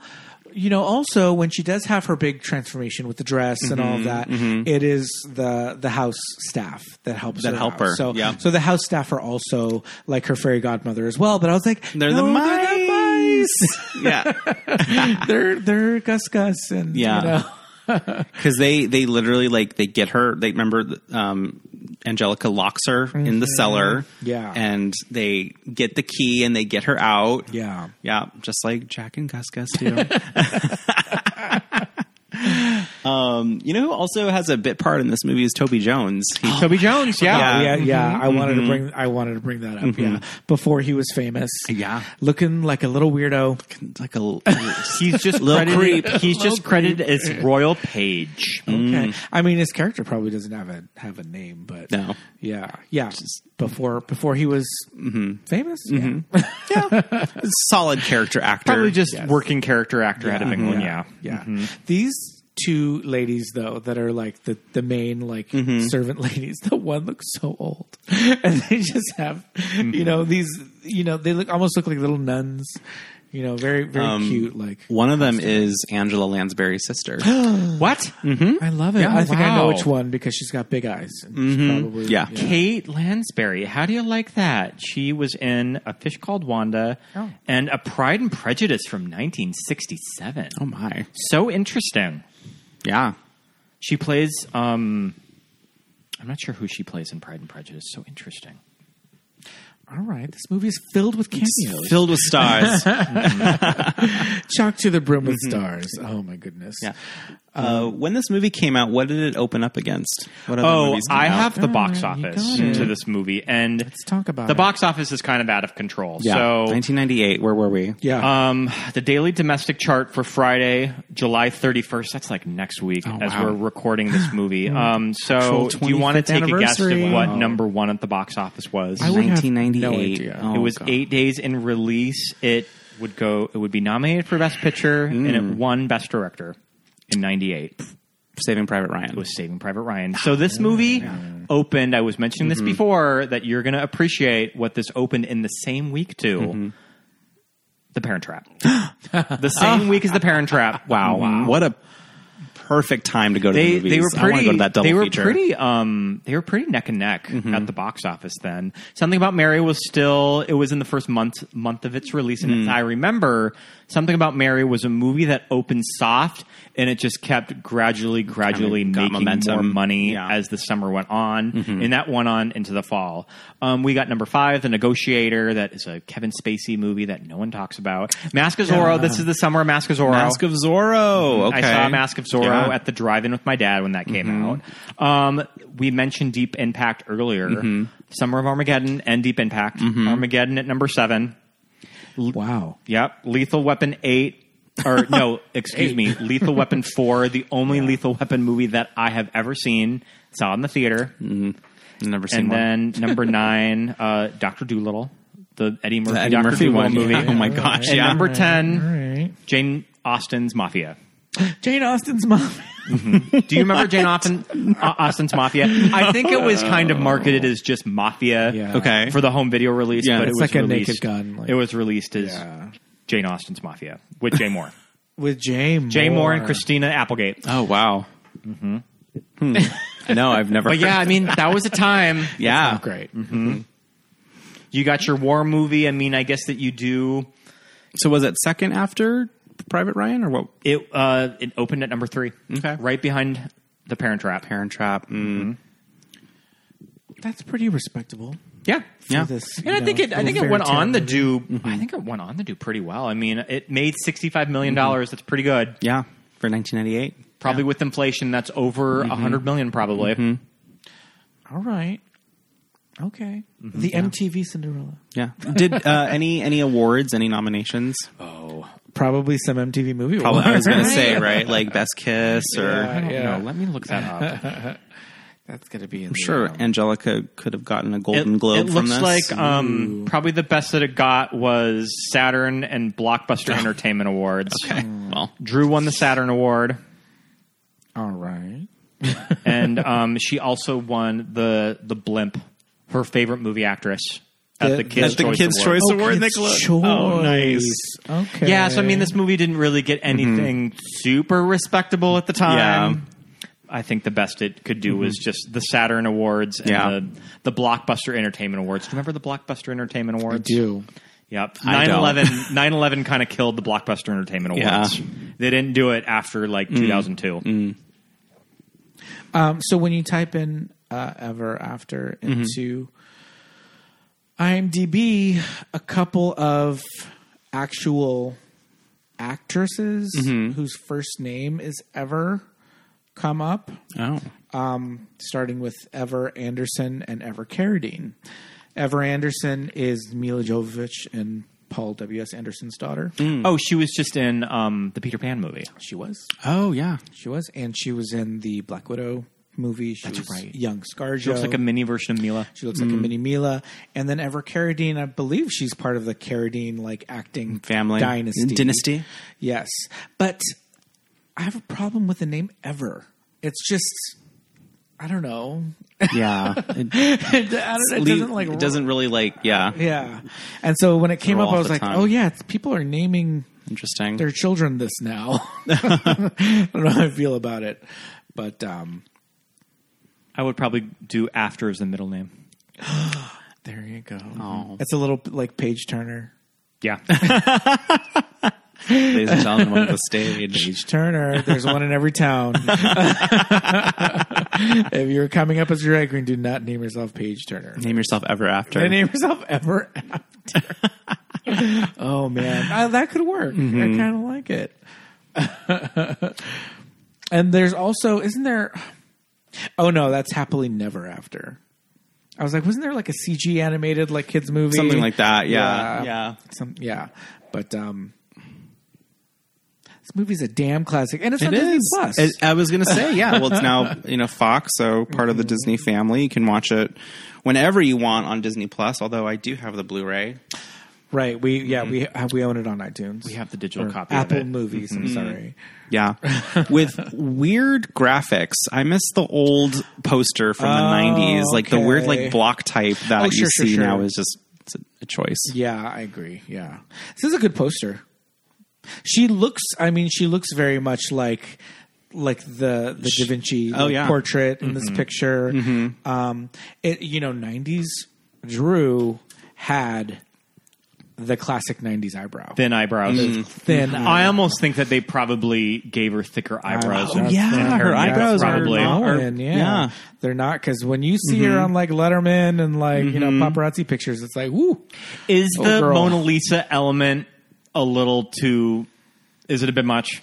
you know, also when she does have her big transformation with the dress and all of that, it is the the house staff that helps That her help out. her, So, yeah. so the house staff are also like her fairy godmother as well. But I was like, They're the "No, mice. yeah. they're they're Gus Gus and Yeah. you know. because they they literally like they get her. They remember um, Angelica locks her in Mm-hmm. the cellar. Yeah. and they get the key and they get her out. Yeah. yeah, just like Jack and Gus Gus do. um, you know who also has a bit part in this movie is Toby Jones. He, Toby Jones, Yeah, Yeah. Mm-hmm. yeah, yeah. I wanted to bring I wanted to bring that up. Yeah, before he was famous. Yeah. looking like a little weirdo. like a little- He's just Little credited, He's just credited as Royal Page. Mm-hmm. Okay, I mean his character probably doesn't have a have a name, but No. yeah, yeah. Before before he was Mm-hmm. famous, yeah. solid character actor. Probably just Yes. working character actor out of England. Yeah, Mm-hmm. yeah. These two ladies though that are like the the main like Mm-hmm. servant ladies. The one looks so old, and they just have Mm-hmm. you know these you know they look almost look like little nuns. You know, very very Um, cute. Like one of them is Angela Lansbury's sister. Mm-hmm. What? I love it. Yeah, I think I know wow. Mm-hmm. which one because she's got big eyes. And she's probably, Yeah. Kate Lansbury. How do you like that? She was in A Fish Called Wanda Oh. and A Pride and Prejudice from 1967. Oh my, So interesting. yeah. She plays. um I'm not sure who she plays in Pride and Prejudice. So interesting. All right, this movie is filled with cameos, Filled with stars. chocked to the brim with Mm-hmm. stars. Oh my goodness! yeah. Uh, when this movie came out, what did it open up against? What other Oh, movies came I out? have the box All right, you office got it. to this movie, and Let's talk about the it. box office is kind of out of control. Yeah, So 1998. Where were we? Yeah, Um, the daily domestic chart for Friday, July 31st. That's like next week Oh, as wow. we're recording this movie. Um, so Actual do you want to 25th take a guess at Mm. anniversary. what Wow. number one at the box office was? I would have no 1998. idea. Oh, it was God. eight days in release. It would go, it would be nominated for best picture and Mm. it won best director in 98 Saving Private Ryan. Ah, was Saving Private Ryan. So this movie opened. I was mentioning Mm-hmm. this before that you're going to appreciate what this opened in the same week to. Mm-hmm. The Parent Trap. the same week as The Parent Trap. Ah. wow, What a perfect time to go to They the movies. they were I want pretty. to go to that double they were feature. Mm-hmm. pretty. Um, they were pretty neck and neck at the box office. Then something about Mary was still. It was in the first month month of its release, and Mm. I remember something about Mary was a movie that opened soft, and it just kept gradually, gradually got making more momentum. money Yeah. Mm-hmm. as the summer went on, and that went on into the fall. Um, we got number five, The Negotiator. That is a Kevin Spacey movie that no one talks about. Mask of Zorro. This is the summer of Mask of Zorro. Mask of Zorro. Mm, Okay. I saw Mask of Zorro Yeah. Mm-hmm. at the drive-in with my dad when that came out. Um, we mentioned Deep Impact earlier. Summer of Armageddon and Deep Impact. Mm-hmm. Armageddon at number seven. wow. Yep. Lethal Weapon eight. Or no, excuse me. Lethal Weapon four, the only Lethal Weapon movie that I have ever seen. Saw in the theater. Never And seen Mm, one. then number nine, uh, Doctor Doolittle, the Eddie Murphy, Eddie Dr. Murphy Doolittle one, movie. yeah. Oh my gosh, And yeah. number ten, All right, Jane Austen's Mafia. Jane Austen's mom. Do you remember Jane Austen, uh, Austen's Mafia? I think it was kind of marketed as just Mafia Yeah. Okay. for the home video release, Yeah. but it It's was like a released, Naked Gun, like- it was released as Yeah. Jane Austen's Mafia with Jay Moore. with Jay Moore. Jay Moore and Christina Applegate. oh wow. Hmm. no, I've never. But yeah, I mean, that was a time. yeah. Great. You got your war movie. I mean, I guess that you do. So was it second after Private Ryan or what? It, uh, it opened at number three. Okay. Right behind The Parent Trap. Parent Trap. Mm. That's pretty respectable. Yeah. Yeah. For this, And I you think know, it, I think it fairy went tale on to movie. do. Mm-hmm. I think it went on to do pretty well. I mean, it made sixty-five million Mm-hmm. dollars. That's pretty good. Yeah. For 1998. Probably with inflation, that's over Mm-hmm. a hundred million. Probably. All right. Okay. The MTV Cinderella. Yeah. Did uh, any any awards? Any nominations? Probably some MTV movie. Probably. I was award. gonna say right, like Best Kiss or. Yeah. I don't know. Let me look that up. That's gonna be. In I'm sure Angelica could have gotten a Golden Globe. it from looks this. like um, probably the best that it got was Saturn and Blockbuster Entertainment Awards. Okay. Well, Drew won the Saturn Award, All right. and um, she also won the the Blimp, her favorite movie actress at The- the Kids' At the Choice Kids' Award. Choice Award, Kids' Nicola. Choice. Oh, nice. Okay. Yeah, so I mean, this movie didn't really get anything super respectable at the time. Mm-hmm. I think the best it could do was just the Saturn Awards and Yeah. the, the Blockbuster Entertainment Awards. Do you remember the Blockbuster Entertainment I Awards? do. Yep. I don't. 9/11 9/11 kind of killed the Blockbuster Entertainment Yeah. Awards. They didn't do it after like 2002. Um, so when you type in uh, "ever after" Mm-hmm. into IMDb, a couple of actual actresses Mm-hmm. whose first name is Ever come up, oh, starting with Ever Anderson and Ever Carradine. Ever Anderson is Mila Jovovich and Paul W. S. Anderson's daughter. Oh, she was just in um, the Peter Pan movie. She was. oh yeah. She was, and she was in the Black Widow movie. She That's was right. Young ScarJo. She looks like a mini version of Mila. She looks like Mm. a mini Mila, and then Ever Carradine. I believe she's part of the Carradine like acting Family dynasty. Dynasty. yes. But I have a problem with the name Ever. It's just I don't know. Yeah. it, I don't- it doesn't like it doesn't really like. Yeah. Yeah, and so when it came roll up, I off was the like, tongue. oh yeah, it's, people are naming Interesting. their children this now. I don't know how I feel about it, but um, I would probably do after as the middle name. there you go. Oh. It's a little like Page Turner. Yeah. Ladies and gentlemen, on the stage. Turner. There's one in every town. if you're coming up as a drag queen, do not name yourself Paige Turner. Name yourself ever after. And name yourself ever after. oh man, Uh, that could work. Mm-hmm. I kind of like it. and there's also isn't there? Oh no, that's happily never after. I was like, wasn't there like a CG animated like kids movie, Something like that. Yeah. Yeah. some yeah. But um, this movie's a damn classic, and it's on It Disney is. Plus. It- I was gonna say, yeah. Well, it's now you know Fox, so part Mm-hmm. of the Disney family. You can watch it whenever you want on Disney Plus. Although I do have the Blu-ray. Right. We yeah we have, we own it on iTunes. We Mm-hmm. have the digital copy of Apple it. Mm-hmm. Movies. I'm sorry. Yeah, with weird graphics. I miss the old poster from the '90s, like the weird Oh, okay. like block type that Oh, sure, you sure, see sure. now is just it's a, a choice. Yeah, I agree. Yeah, this is a good poster. She looks. I mean, she looks very much like like the the Da Vinci Oh, like, yeah. portrait in Mm-hmm. this picture. Um, it you know '90s Drew had the classic '90s eyebrow. Thin eyebrows. Thin I almost think that they probably gave her thicker eyebrows. Oh, than- yeah, than her now, eyebrows are probably. long. Oh, Or- and yeah. Mm-hmm. yeah. they're not because when you see her on like Letterman and like you know paparazzi pictures, it's like woo. Is Oh, the girl. Mona Lisa element a little too? Is it a bit much?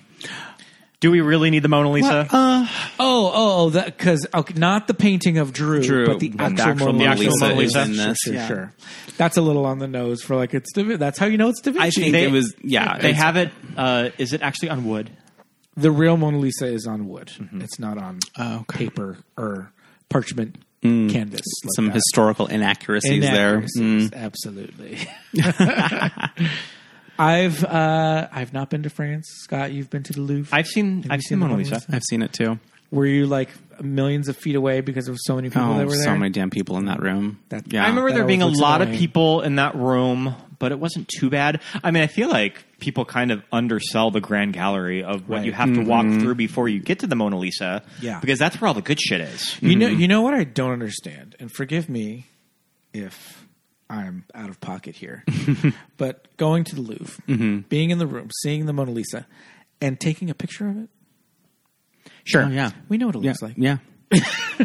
Do we really need the Mona Lisa? Oh, oh, oh, because okay, not the painting of Drew, Drew, but the but actual, Mona, the actual Lisa. Mona Lisa. Sure, in this, sure, yeah. sure. That's a little on the nose for like it's. Da Vin- That's how you know it's Da Vinci. I think They- it was yeah. they it's- have it. Uh, is it actually on wood? the real Mona Lisa is on wood. It's not on paper or parchment canvas. like some that. historical inaccuracies, there. Inaccuracies, Mm. Absolutely. I've uh, I've not been to France, Scott. You've been to the Louvre. I've seen. I've seen Mona Lisa. I've seen it too. Were you like millions of feet away because there were so many people Oh, that were there? so many damn people in that room. That- yeah. I remember that there always being a looks lot of annoying. people in that room, but it wasn't too bad. I mean, I feel like people kind of undersell the grand gallery of what Right. you have to walk through before you get to the Mona Lisa. Yeah. because that's where all the good shit is. You Mm-hmm. know, you know what I don't understand, and forgive me if I'm out of pocket here, but going to the Louvre, Mm-hmm. being in the room, seeing the Mona Lisa, and taking a picture of it, Sure. Oh, yeah. we know what it Yeah. looks like. yeah.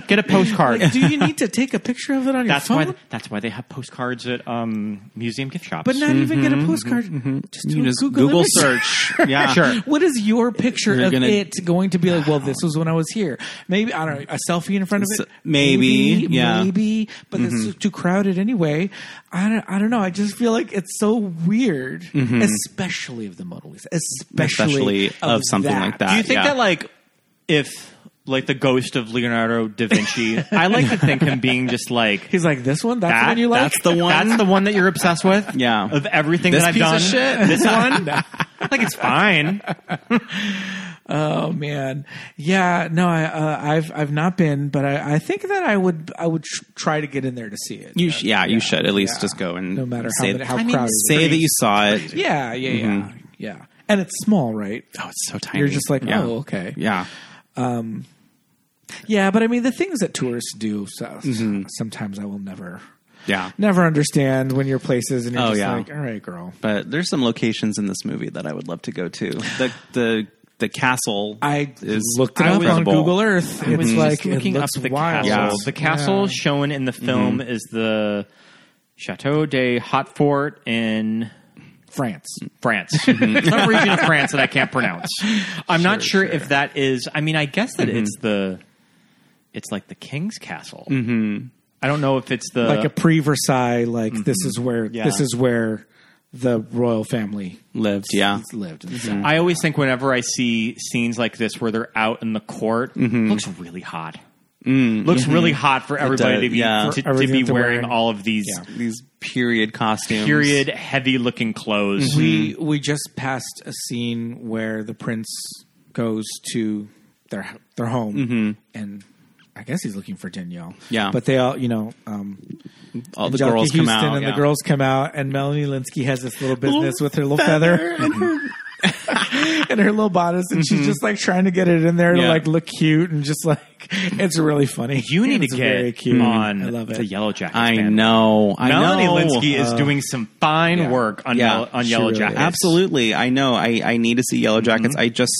Get a postcard. Like, do you need to take a picture of it on that's your phone? why. That's why they have postcards at um, museum gift shops. but not even get a postcard. Just do Mm-hmm. You a just Google, Google image search. Yeah. Sure. What is your picture You're of gonna- it going to be like? Well, this was when I was here. Maybe I don't know a selfie in front of S- it. maybe, yeah. Mm-hmm. maybe, but it's too crowded anyway. I don't, I don't know. I just feel like it's so weird, especially of the Mona Lisa, especially, Mm-hmm. Especially of something like that. Do you think yeah. that like if like the ghost of Leonardo da Vinci? I like to think him being just like He's like this one. That's the that. one you like. That's the one. That's the one that you're obsessed with. Yeah. Of everything This that I've piece of done, shit? this one. Like it's fine. Oh man, yeah. No, I, uh, I've I've not been, but I, I think that I would I would tr- try to get in there to see it. You sh- yeah, you should at least yeah. just go and No matter how say, many- how I mean, crowded it say is. Mm-hmm. that you saw it. yeah, yeah, yeah, yeah. And it's small, right? Oh, it's so tiny. You're just like, yeah. oh, okay. Yeah. Yeah, but I mean the things that tourists do. So Mm-hmm. sometimes I will never, Yeah. never understand when you're places and you're Oh, just yeah. like, all right, girl. But there's some locations in this movie that I would love to go to. The the the castle I is looked it up on incredible. Google Earth. It's was like just looking it up looks the wild. castle. Yeah. The castle Yeah. shown in the film is the Chateau de Hautefort in France. France, some region of France that I can't pronounce. I'm not sure, if that is. I mean, I guess that Mm-hmm. it's the. It's like the king's castle. Mm-hmm. I don't know if it's Uh. the like a pre Versailles. Like this Mm-hmm. is where Yeah. this is where the royal family lived. Yeah. Mm-hmm. lived. and stuff. I always think whenever I see scenes like this where they're out in the court, Mm-hmm. looks really hot. looks really hot for everybody does, to be to, yeah. For to be everything to wearing wear. all of these These period costumes. period heavy looking clothes. We we just passed a scene where the prince goes to their their home and. I guess he's looking for Danielle. Yeah. but they all, you know, um, All the Angelica girls Houston come out. and yeah. the girls come out, and Melanie Linsky has this little business with her little feather. in her little bodice, and she's just like trying to get it in there to Yeah. like look cute and just like it's really funny. You need It's to very get cute. on I love it. the Yellow Jackets. I band. know. I Melanie know. Linsky is doing some fine Yeah. work on Yeah, Yellow, on she Yellow really Jackets. is. Absolutely, I know. I, I need to see Yellow Jackets. I just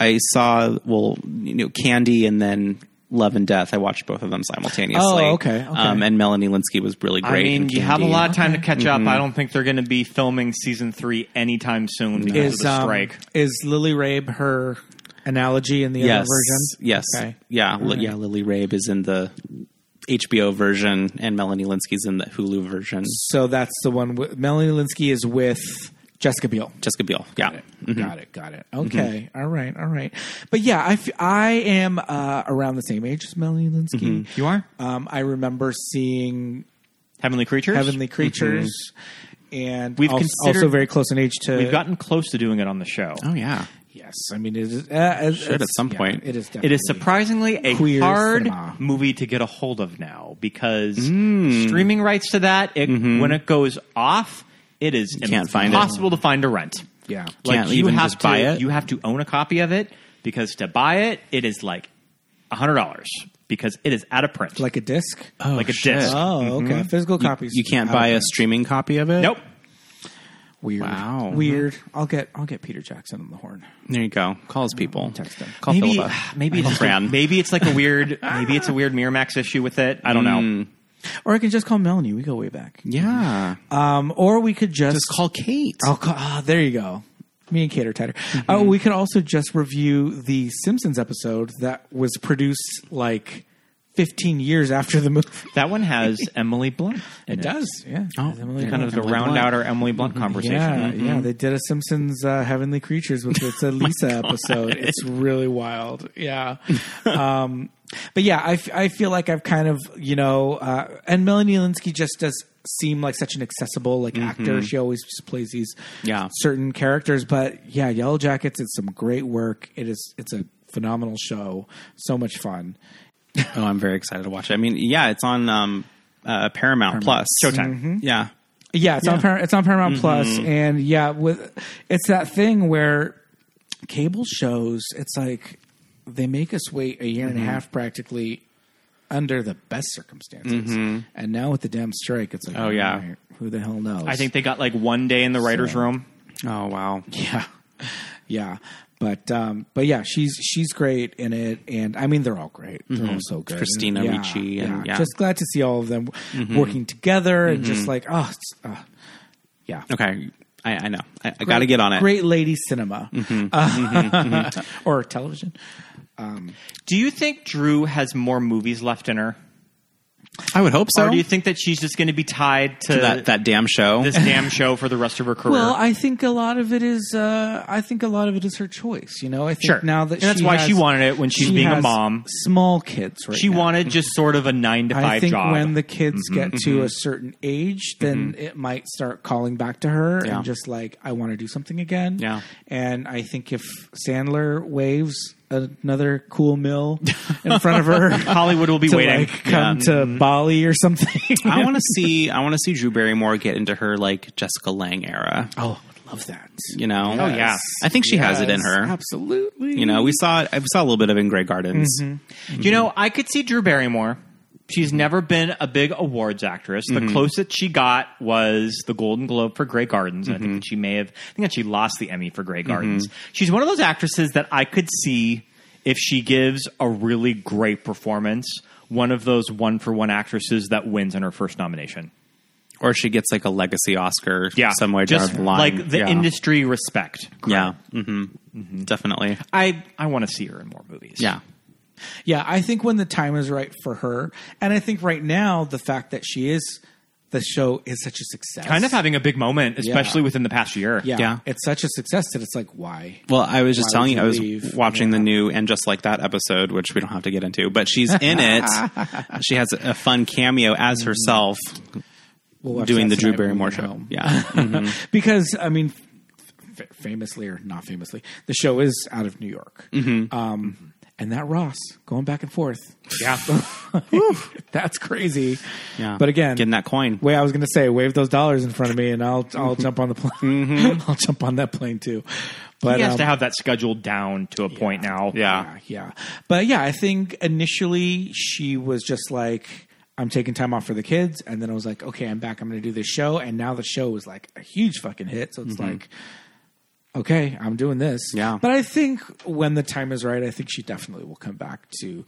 I saw well, you know, Candy and then Love and Death. I watched both of them simultaneously. Oh, okay, okay. Um, and Melanie Linsky was really I great. in mean, you have a Candy. lot of time to catch Mm-hmm. up. I don't think they're going to be filming season three anytime soon because is of the um, strike. is Lily Rabe her analogy in the Yes, other version? yes, Okay. yeah, li- yeah. Lily Rabe is in the HBO version, and Melanie Linsky's in the Hulu version. So that's the one. With, Melanie Linsky is with Jessica Biel. Jessica Biel. Yeah, Got it. Got it. Mm-hmm. Okay. All right. All right. But yeah, I, f- I am uh, around the same age as Melanie Linsky. Mm-hmm. You are Um, I remember seeing Heavenly Creatures. Heavenly Mm-hmm. Creatures, and We've we've also, considered- also very close in age to. We've gotten close to doing it on the show. Oh yeah. yes. I mean, it is uh, it- Should at it's- some yeah, point. It is. It Definitely. is surprisingly a Queer hard cinema. movie to get a hold of now because Hmm. streaming rights to that, it, when it goes off, it is Mm-hmm. can't find it. impossible to find a rent. Yeah. like Can't you even have just to buy it? you have to own a copy of it because to buy it, it is like hundred dollars because it is out of print, like a disc. like a shit. disc. Oh, okay. Physical copies. Oh, mm-hmm. Oh, You can't buy a streaming copy of it. Nope. Weird. Wow. Mm-hmm. Weird. I'll get I'll get Peter Jackson on the horn. There you go. Calls people. Text them. Call maybe Philippa. maybe it's Fran. maybe it's like a weird maybe it's a weird Miramax issue with it. I don't know. Or I can just call Melanie. We go way back. Yeah. Um, or we could just, Just call Kate. Oh. I'll call. ah, there you go. Me and Kate are tighter. Oh, we could also just review the Simpsons episode that was produced like 15 years after the movie. That one has Emily Blunt. in Yeah. Oh, Emily kind Blunt. of the Emily round Blunt. out our Emily Blunt Mm-hmm. conversation. Yeah, yeah, they did a Simpsons uh, Heavenly Creatures, which it's a Lisa episode. It's really wild. Yeah, um, but yeah, I, f- I feel like I've kind of you know, uh, and Melanie Linsky just does seem like such an accessible like actor. She always just plays these Yeah. certain characters. But yeah, Yellow Jackets, it's some great work. It is it's a phenomenal show. So much fun. Oh, I'm very excited to watch it. I mean, yeah, it's on um, uh, Paramount, Plus. Showtime. Yeah. Mm-hmm. Yeah, it's on Param- it's on Paramount Plus, and yeah, with it's that thing where cable shows. It's like they make us wait a year and Mm-hmm. a half practically under the best circumstances, and now with the damn strike, it's like Mm-hmm. Oh, yeah. all right, who the hell knows? I think they got like one day in the writers' So- room. Oh, wow. yeah, yeah, but um, but yeah, she's she's great in it, and I mean they're all great. They're all so good. Mm-hmm. Christina yeah, Ricci and- yeah. Mm-hmm. just glad to see all of them working together and just like oh, it's, uh, yeah. Okay. I, I know. I, I got to get on it. Great lady cinema Mm-hmm. Uh, or television. Do you think Drew has more movies left in her, I would hope so. or do you think that she's just going to be tied to, that, that damn show. this damn show for the rest of her career? Well, I think a lot of it is. Uh, I think a lot of it is her choice. You know, I think Sure. now that And that's she why has- she wanted it when she's she being a has mom. small kids. Right, she now. wanted just sort of a nine to I five think job. Mm-hmm, when the kids get to a certain age, then it might start calling back to her Yeah. and just like, I want to do something again. Yeah. And I think if Sandler waves another cool mill in front of her, Hollywood will be to waiting. Mm-hmm. like come Yeah. to Bali or something. I want to see. I want to see Drew Barrymore get into her like Jessica Lang era. Oh, I would love that. You know? Oh, yeah. I think she has it in her. Absolutely. You know, we saw it. I saw a little bit of in Grey Gardens. You know, Mm-hmm. I could see Drew Barrymore. She's never been a big awards actress. Mm-hmm. The closest she got was the Golden Globe for Grey Gardens. and I Mm-hmm. think that she may have. I think that she lost the Emmy for Grey Gardens. She's one of those actresses that I could see if she gives a really great performance. One of those one for one actresses that wins in her first nomination. Or she gets like a legacy Oscar somewhere just down the line. like the yeah. industry respect. Yeah. hmm Definitely. I I want to see her in more movies. Yeah. Yeah, I think when the time is right for her, and I think right now the fact that she is the show is such a success. kind of having a big moment, especially within the past year. yeah, yeah. it's such a success that it's like why. Well, I was just Why would telling you, you I was leave? watching the new and just like that episode, which we don't have to get into, but she's in it. she has a fun cameo as herself We'll Mm-hmm. watch doing that the Drew tonight when we Barrymore get show. home. Yeah. because I mean, Mm-hmm. f- famously or not famously, the show is out of New York. Um, and that Ross going back and forth. Yeah. That's crazy. Yeah. But again, Getting that coin. Wait, I was going to say, wave those dollars in front of me, and I'll Mm-hmm. I'll jump on the plane. I'll jump on that plane too. But he has um, to Mm-hmm. have that scheduled down to a point now. Yeah. yeah. But yeah, I think initially she was just like, I'm taking time off for the kids. And then I was like, okay, I'm back. I'm going to do this show. And now the show was like a huge fucking hit. So it's Mm-hmm. like, okay, I'm doing this. Yeah. But I think when the time is right, I think she definitely will come back to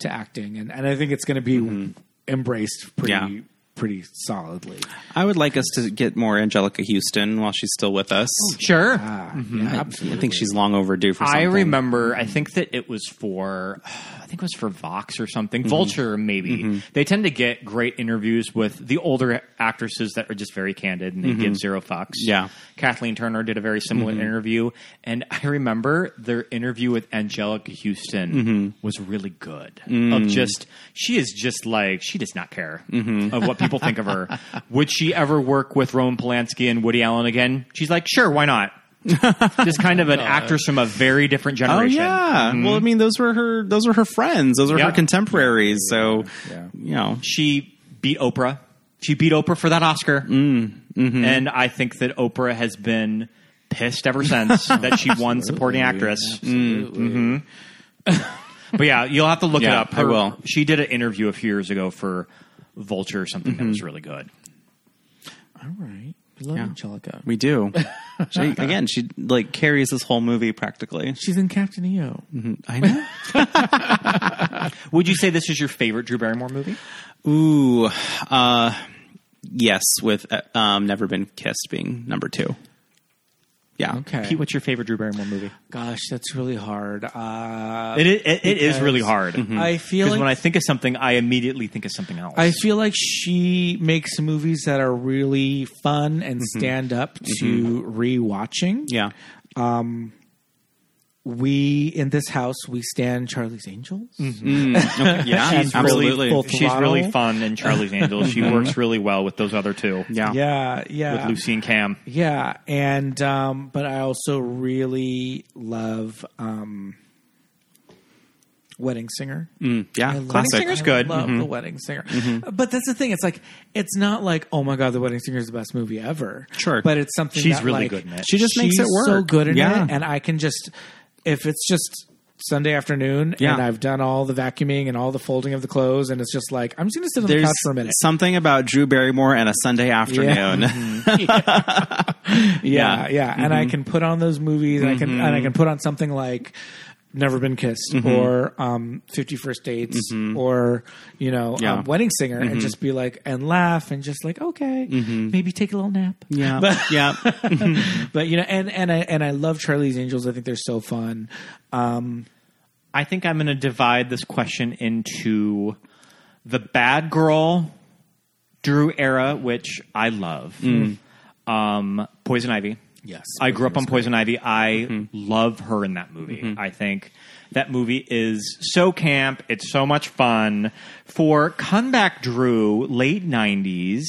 to acting. And, and I think it's going to be Mm-hmm. embraced pretty, Yeah. pretty solidly. I would like us to get more Angelica Houston while she's still with us. Mm-hmm. Sure. Ah, yeah, absolutely. I think she's long overdue for something. Mm-hmm. I remember. I think that it was for. I think it was for Vox or something. Mm-hmm. Vulture, maybe. They tend to get great interviews with the older actresses that are just very candid and they give zero fucks. Mm-hmm. Yeah. Mm-hmm. Kathleen Turner did a very similar interview, and I remember their interview with Angelica Houston Mm-hmm. was really good. Of Mm. just, she is just like she does not care Mm-hmm. of what people think of her. Would she ever work with Roman Polanski and Woody Allen again? She's like, sure, why not? just kind of an actress from a very different Oh generation. yeah. Mm-hmm. Well, I mean, those were her. Those were her friends. Those were Yeah. her contemporaries. So, Yeah. you know, She beat Oprah. She beat Oprah for that Oscar. Mm, mm-hmm. And I think that Oprah has been pissed ever since that she won supporting actress. Absolutely. Mm-hmm. But yeah, you'll have to look it Yeah, up. I will. She did an interview a few years ago for Vulture or something that Mm-hmm. was really good. All right. We love Angelica. we do. She, again, she like carries this whole movie practically. She's in Captain E EO. I know. Would you say this is your favorite Drew Barrymore movie? Ooh, uh, yes, with uh, um, "Never Been Kissed" being number two. Yeah. Okay. Pete, what's your favorite Drew Barrymore movie? Gosh, that's really hard. Uh, It is, it, it is Because- really hard. Mm-hmm. I feel Because like when I think of something, I immediately think of something else. I feel like she makes movies that are really fun and Mm-hmm. stand up to rewatching. Yeah. We in this house we stand Charlie's Angels. Mm-hmm. Yeah. She's really absolutely. full- She's really Throttle. fun in Charlie's Angels. She works really well with those other two. Mm-hmm. yeah. Yeah, yeah. With Lucy and Cam. Yeah, and um, but I also really love um, Wedding Singer. Mm, Yeah. I love- Classic. Singer's good. I love the Wedding Singer, but that's the thing. It's like it's not like oh my god, the Wedding Singer is the best movie ever. Sure. but it's something She's that, really like, good in it. She just makes it she's work. So good in Yeah. it, and I can just if it's just Sunday afternoon Yeah. and I've done all the vacuuming and all the folding of the clothes, and it's just like I'm just gonna sit on the There's couch for a minute. something about Drew Barrymore and a Sunday afternoon. yeah, yeah. And I can put on those movies. And I can and I can put on something like Never Been Kissed or um, Fifty First Dates or you know Yeah. um, Wedding Singer and just be like and laugh and just like okay maybe take a little nap. yeah. yeah. But you know and and I and I love Charlie's Angels. I think they're so fun. Um, I think I'm going to divide this question into the bad girl Drew era, which I love. Um, Poison Ivy. Yes, I grew up on Poison Ivy. I love her in that movie. I think that movie is so camp. It's so much fun for comeback Drew late '90s.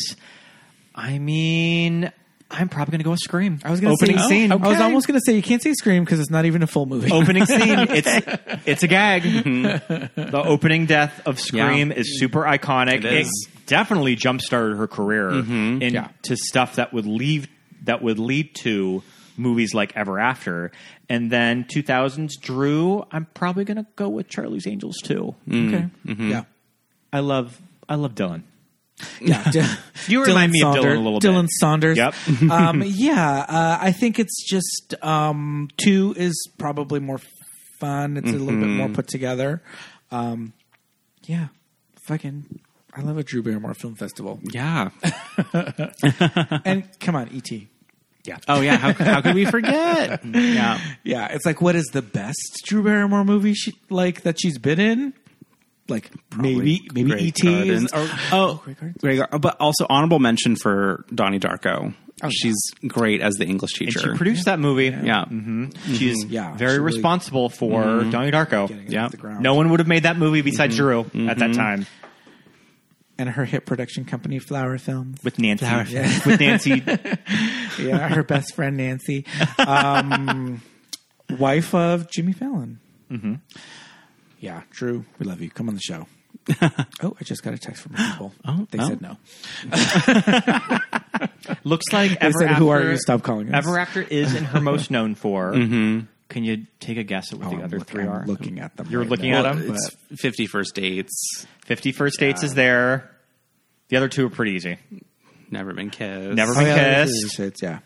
I mean, I'm probably going to go with Scream. I was gonna opening say, scene. I was almost gonna say you can't say Scream because it's not even a full movie. opening scene. It's it's a gag. The opening death of Scream Mm-hmm. Yeah. is super iconic. It, is. Mm-hmm. definitely jump started her career into Yeah. stuff that would leave that would lead to movies like Ever After. And then 2000s Drew, I'm probably going to go with Charlie's Angels too. Mm. okay. Yeah. I love I love Dylan. Yeah. You remind me of Dylan a little bit. Dylan Saunders. Yep. um, yeah. Uh, I think it's just um, two is probably more fun. It's a little bit Mm-hmm. more put together. Um, yeah. Fucking. I love a Drew Barrymore Film Festival. Yeah. and come on, E E.T. Oh yeah. How, how could we forget? Yeah. Yeah. It's like, what is the best Drew Barrymore movie she, like that she's been in? Like maybe maybe Grey E E.T. is- Gardens. or- oh, Grey Gardens? Grey Gar- but also honorable mention for Donnie Darko. She's great as the English Oh, And teacher. she produced Mm-hmm. that movie. yeah. Mm-hmm. She's Yeah, very she really- responsible for Donnie Getting Darko. it off the ground. No one would have made that movie besides Drew Mm-hmm. at that time. and her hit production company Flower Films. with Nancy. With Nancy. yeah, her best friend Nancy, um, wife of Jimmy Fallon. yeah, Drew, we love you. Come on the show. oh, I just got a text from people. Oh, they oh. said no. Looks like Ever said, After. "Who are you? Stop calling us." Ever After is and her most known for. Can you take a guess at what Oh, the I'm other look- three I'm are? looking at them. You're right looking now, at 'em? but- It's Fifty First Dates. Fifty First Dates is there. The other two are pretty easy. Never been kissed. Never Oh, been yeah, kissed. it's- it's- yeah.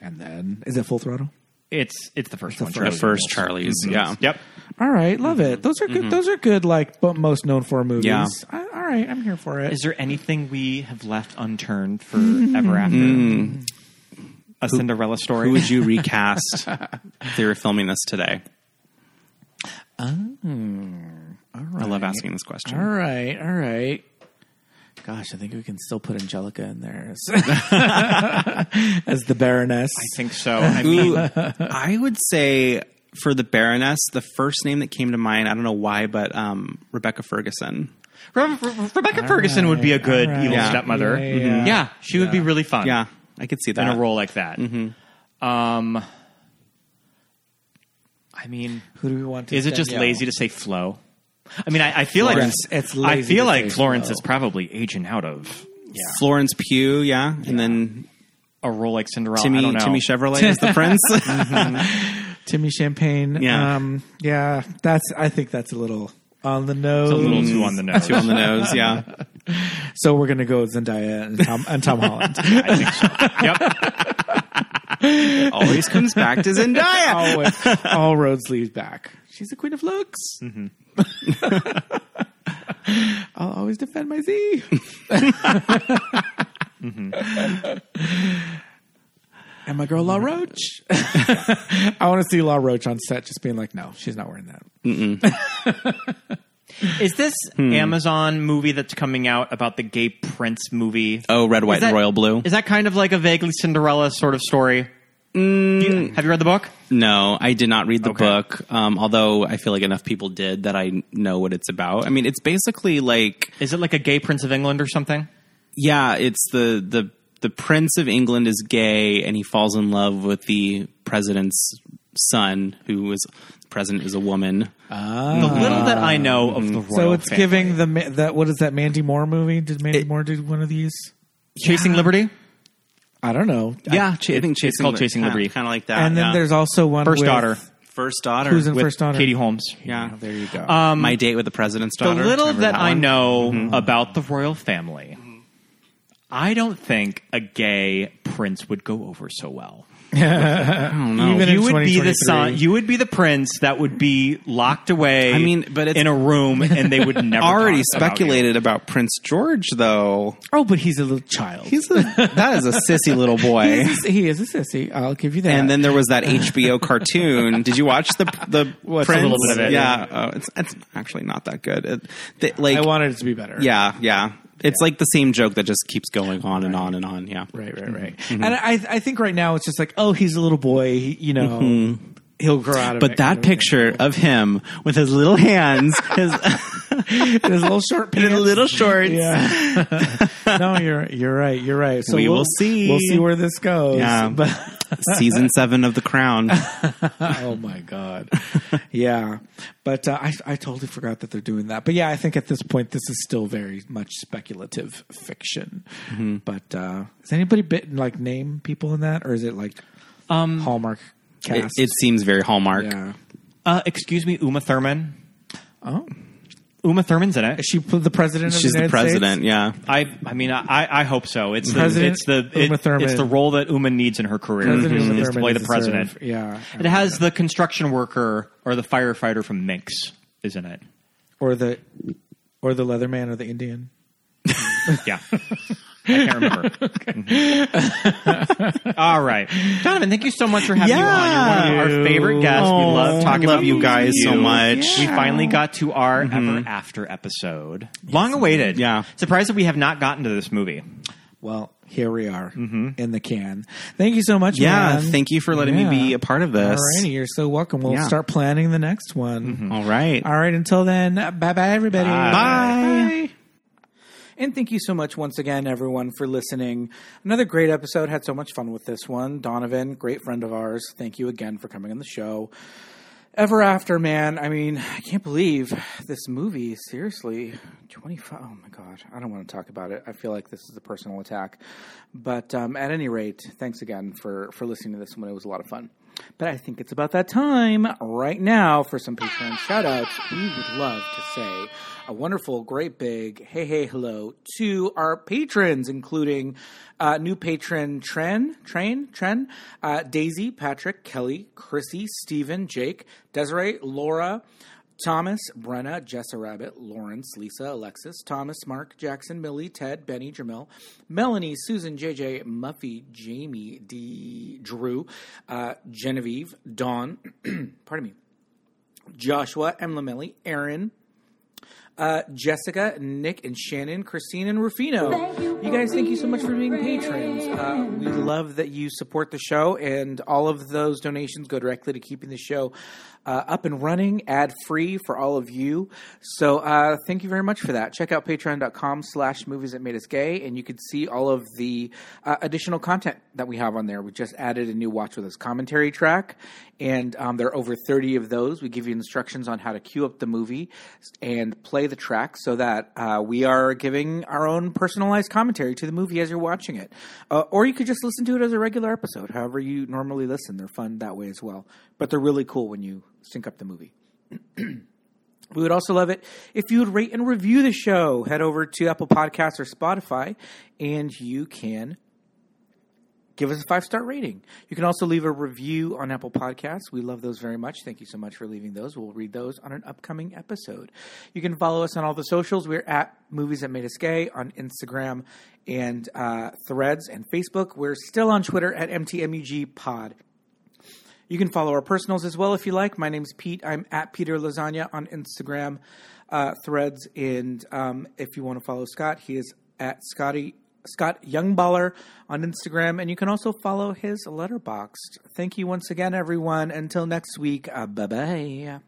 And then is it full throttle? It's it's the first Mm-hmm. one. The Charlie. first Charlie's. Mm-hmm. Yeah. Yep. All right, love it. Those are good. Those are good. Like, but most known for movies. Yeah. I, all right, I'm here for it. Is there anything we have left unturned for Ever After? Mm. A Cinderella story. Who would you recast if they were filming this today? Oh. I love asking this question. all right, all right. Gosh, I think we can still put Angelica in there as, as the Baroness. I think so. I mean, Who I would say for the Baroness, the first name that came to mind, I don't know why, but um, Rebecca Ferguson. Re- Re- Rebecca Ferguson would be a good All right. evil Yeah. stepmother. Yeah, yeah, yeah. Yeah, she would be really fun. Yeah, I could see in that. Mm-hmm. a role like that. Um, I mean, Who do we want? to is it just Danielle? lazy to say flow? I mean, I, I feel Florence. like It's lazy I feel to like say Florence Flo. is probably aging out of Florence Pugh, yeah, and then a role like Cinderella. I Timmy don't know. Timmy Chevrolet is the prince. Timmy Champagne? Yeah. um, yeah. That's. I think that's a little on the nose. It's a little too on the nose. Two on the nose, yeah. So we're gonna go with Zendaya and Tom, and Tom Holland. I think so. yep. Always comes back to Zendaya. Always, all roads lead back. She's the queen of looks. Mm-hmm. I'll always defend my Z. Mm-hmm. And my girl La Roach. I want to see La Roach on set, just being like, "No, she's not wearing that." Is this Hmm. Amazon movie that's coming out about the gay prince movie? Oh, red, white, Is that- and royal blue. Is that kind of like a vaguely Cinderella sort of story? Mm. Do you- have you read the book? No, I did not read the Okay. book. Um, although I feel like enough people did that I know what it's about. I mean, it's basically like Is it like a gay prince of England or something? yeah, it's the the the prince of England is gay and he falls in love with the president's son, who is the president is a woman. the Uh, little that I know of mm. the royal So it's family. giving the ma- that what is that Mandy Moore movie? Did Mandy It- Moore do one of these? Chasing Liberty. I don't know. Uh, yeah, ch- I think chasing called Chasing Liberty. kind of like that. And then yeah. there's also one First with- daughter. first daughter, Who's in with- first daughter? Katie Holmes. Yeah, There you go. um, my date with the president's The daughter. little that, Remember I one? know Mm-hmm. about the royal family, I don't think a gay prince would go over so well. Even in you would be 2023. the son. You would be the prince that would be locked away. I mean, but it's- in a room, and they would never already talk about you. speculated about Prince George though. Oh, but he's a little child. He's a, that is a sissy little boy. He's a- he is a sissy. I'll give you that. And then there was that HBO cartoon. Did you watch the the What's Prince? a little bit of it, Yeah, Oh, it's, it's actually not that good. It, they, like, I wanted it to be better. yeah, yeah. It's like the same joke that just keeps going on and on and on. Yeah, Right, right, right. Mm-hmm. And I, I think right now it's just like, oh, he's a little boy. he- You know, he'll grow out of it. Mm-hmm. But that picture of him with his little hands, his, his little short his pants. little shorts. yeah. no, you're you're right. You're right. So We will we'll, see. We'll see where this goes. Yeah. But Season seven of The Crown. oh my god. yeah. But uh, I I totally forgot that they're doing that. But yeah, I think at this point this is still very much speculative fiction. Mm-hmm. But uh, has anybody been like name people in that, or is it like um, Hallmark It, cast? it seems very Hallmark. yeah. Uh, excuse me, Uma Thurman. Oh, Uma Thurman's in it. Is she p- the president of She's the the United president. States? Yeah, I, I mean, I, I hope so. It's the, President it's the, Uma it, Thurman. it's the role that Uma needs in her career Mm-hmm. President is, Uma is to Thurman play is the president. serve. Yeah. It has the construction worker or the firefighter from Minx, isn't it? Or the or the leather man or the Indian. Yeah. I can't remember. Mhm. All right. Donovan, thank you so much for having you on. You're one of our favorite guests. we love talking love about you guys so you. much. We finally got to our Ever After episode. Long awaited. Yeah. Surprised that we have not gotten to this movie. Well, here we are in the can. Thank you so much. Mm-hmm. yeah. man. Thank you for letting Yeah. me be a part of this. Alrighty, you're so welcome. We'll Yeah. Mm-hmm. start planning the next one. All right. All right, until then, bye bye, everybody. Bye. Bye. And thank you so much once again, everyone, for listening. Another great episode. Had so much fun with this one. Donovan, great friend of ours. Thank you again for coming on the show. Ever After, man. I mean, I can't believe this movie. Seriously, twenty five. Oh my god, I don't want to talk about it. I feel like this is a personal attack. But um, at any rate, thanks again for for listening to this one. It was a lot of fun. But I think it's about that time right now for some Patreon shout outs. We would love to say a wonderful, great big hey, hey, hello to our patrons, including uh, new patron Tren, Train, Tren, uh, Daisy, Patrick, Kelly, Chrissy, Stephen, Jake, Desiree, Laura, Thomas, Brenna, Jessa Rabbit, Lawrence, Lisa, Alexis, Thomas, Mark, Jackson, Millie, Ted, Benny, Jamil, Melanie, Susan, JJ, Muffy, Jamie, D, Drew, uh, Genevieve, Dawn, pardon me, Joshua, Emma, Millie, Aaron, uh, Jessica, Nick, and Shannon, Christine, and Rufino. You guys, thank you so much for being patrons. Uh, we love that you support the show, and all of those donations go directly to keeping the show uh, up and running, ad free for all of you. So uh, thank you very much for that. Check out patreon.com slash movies that made us gay, and you can see all of the uh, additional content that we have on there. We just added a new Watch With Us commentary track, and um, there are over 30 of those. We give you instructions on how to cue up the movie and play the track so that uh, we are giving our own personalized commentary to the movie as you're watching it. Uh, or you could just listen to it as a regular episode, however you normally listen. They're fun that way as well. But they're really cool when you sync up the movie. We would also love it if you would rate and review the show. Head over to Apple Podcasts or Spotify, and you can give us a five star rating. You can also leave a review on Apple Podcasts. We love those very much. Thank you so much for leaving those. We'll read those on an upcoming episode. You can follow us on all the socials. We're at Movies That Made Us Gay on Instagram and uh, Threads and Facebook. We're still on Twitter at MTMUG Pod. You can follow our personals as well if you like. My name's Pete. I'm at Peter Lasagna on Instagram, uh, Threads, and um, if you want to follow Scott, he is at Scotty Scott Youngballer on Instagram, and you can also follow his letterbox. Thank you once again, everyone. Until next week, uh, bye bye.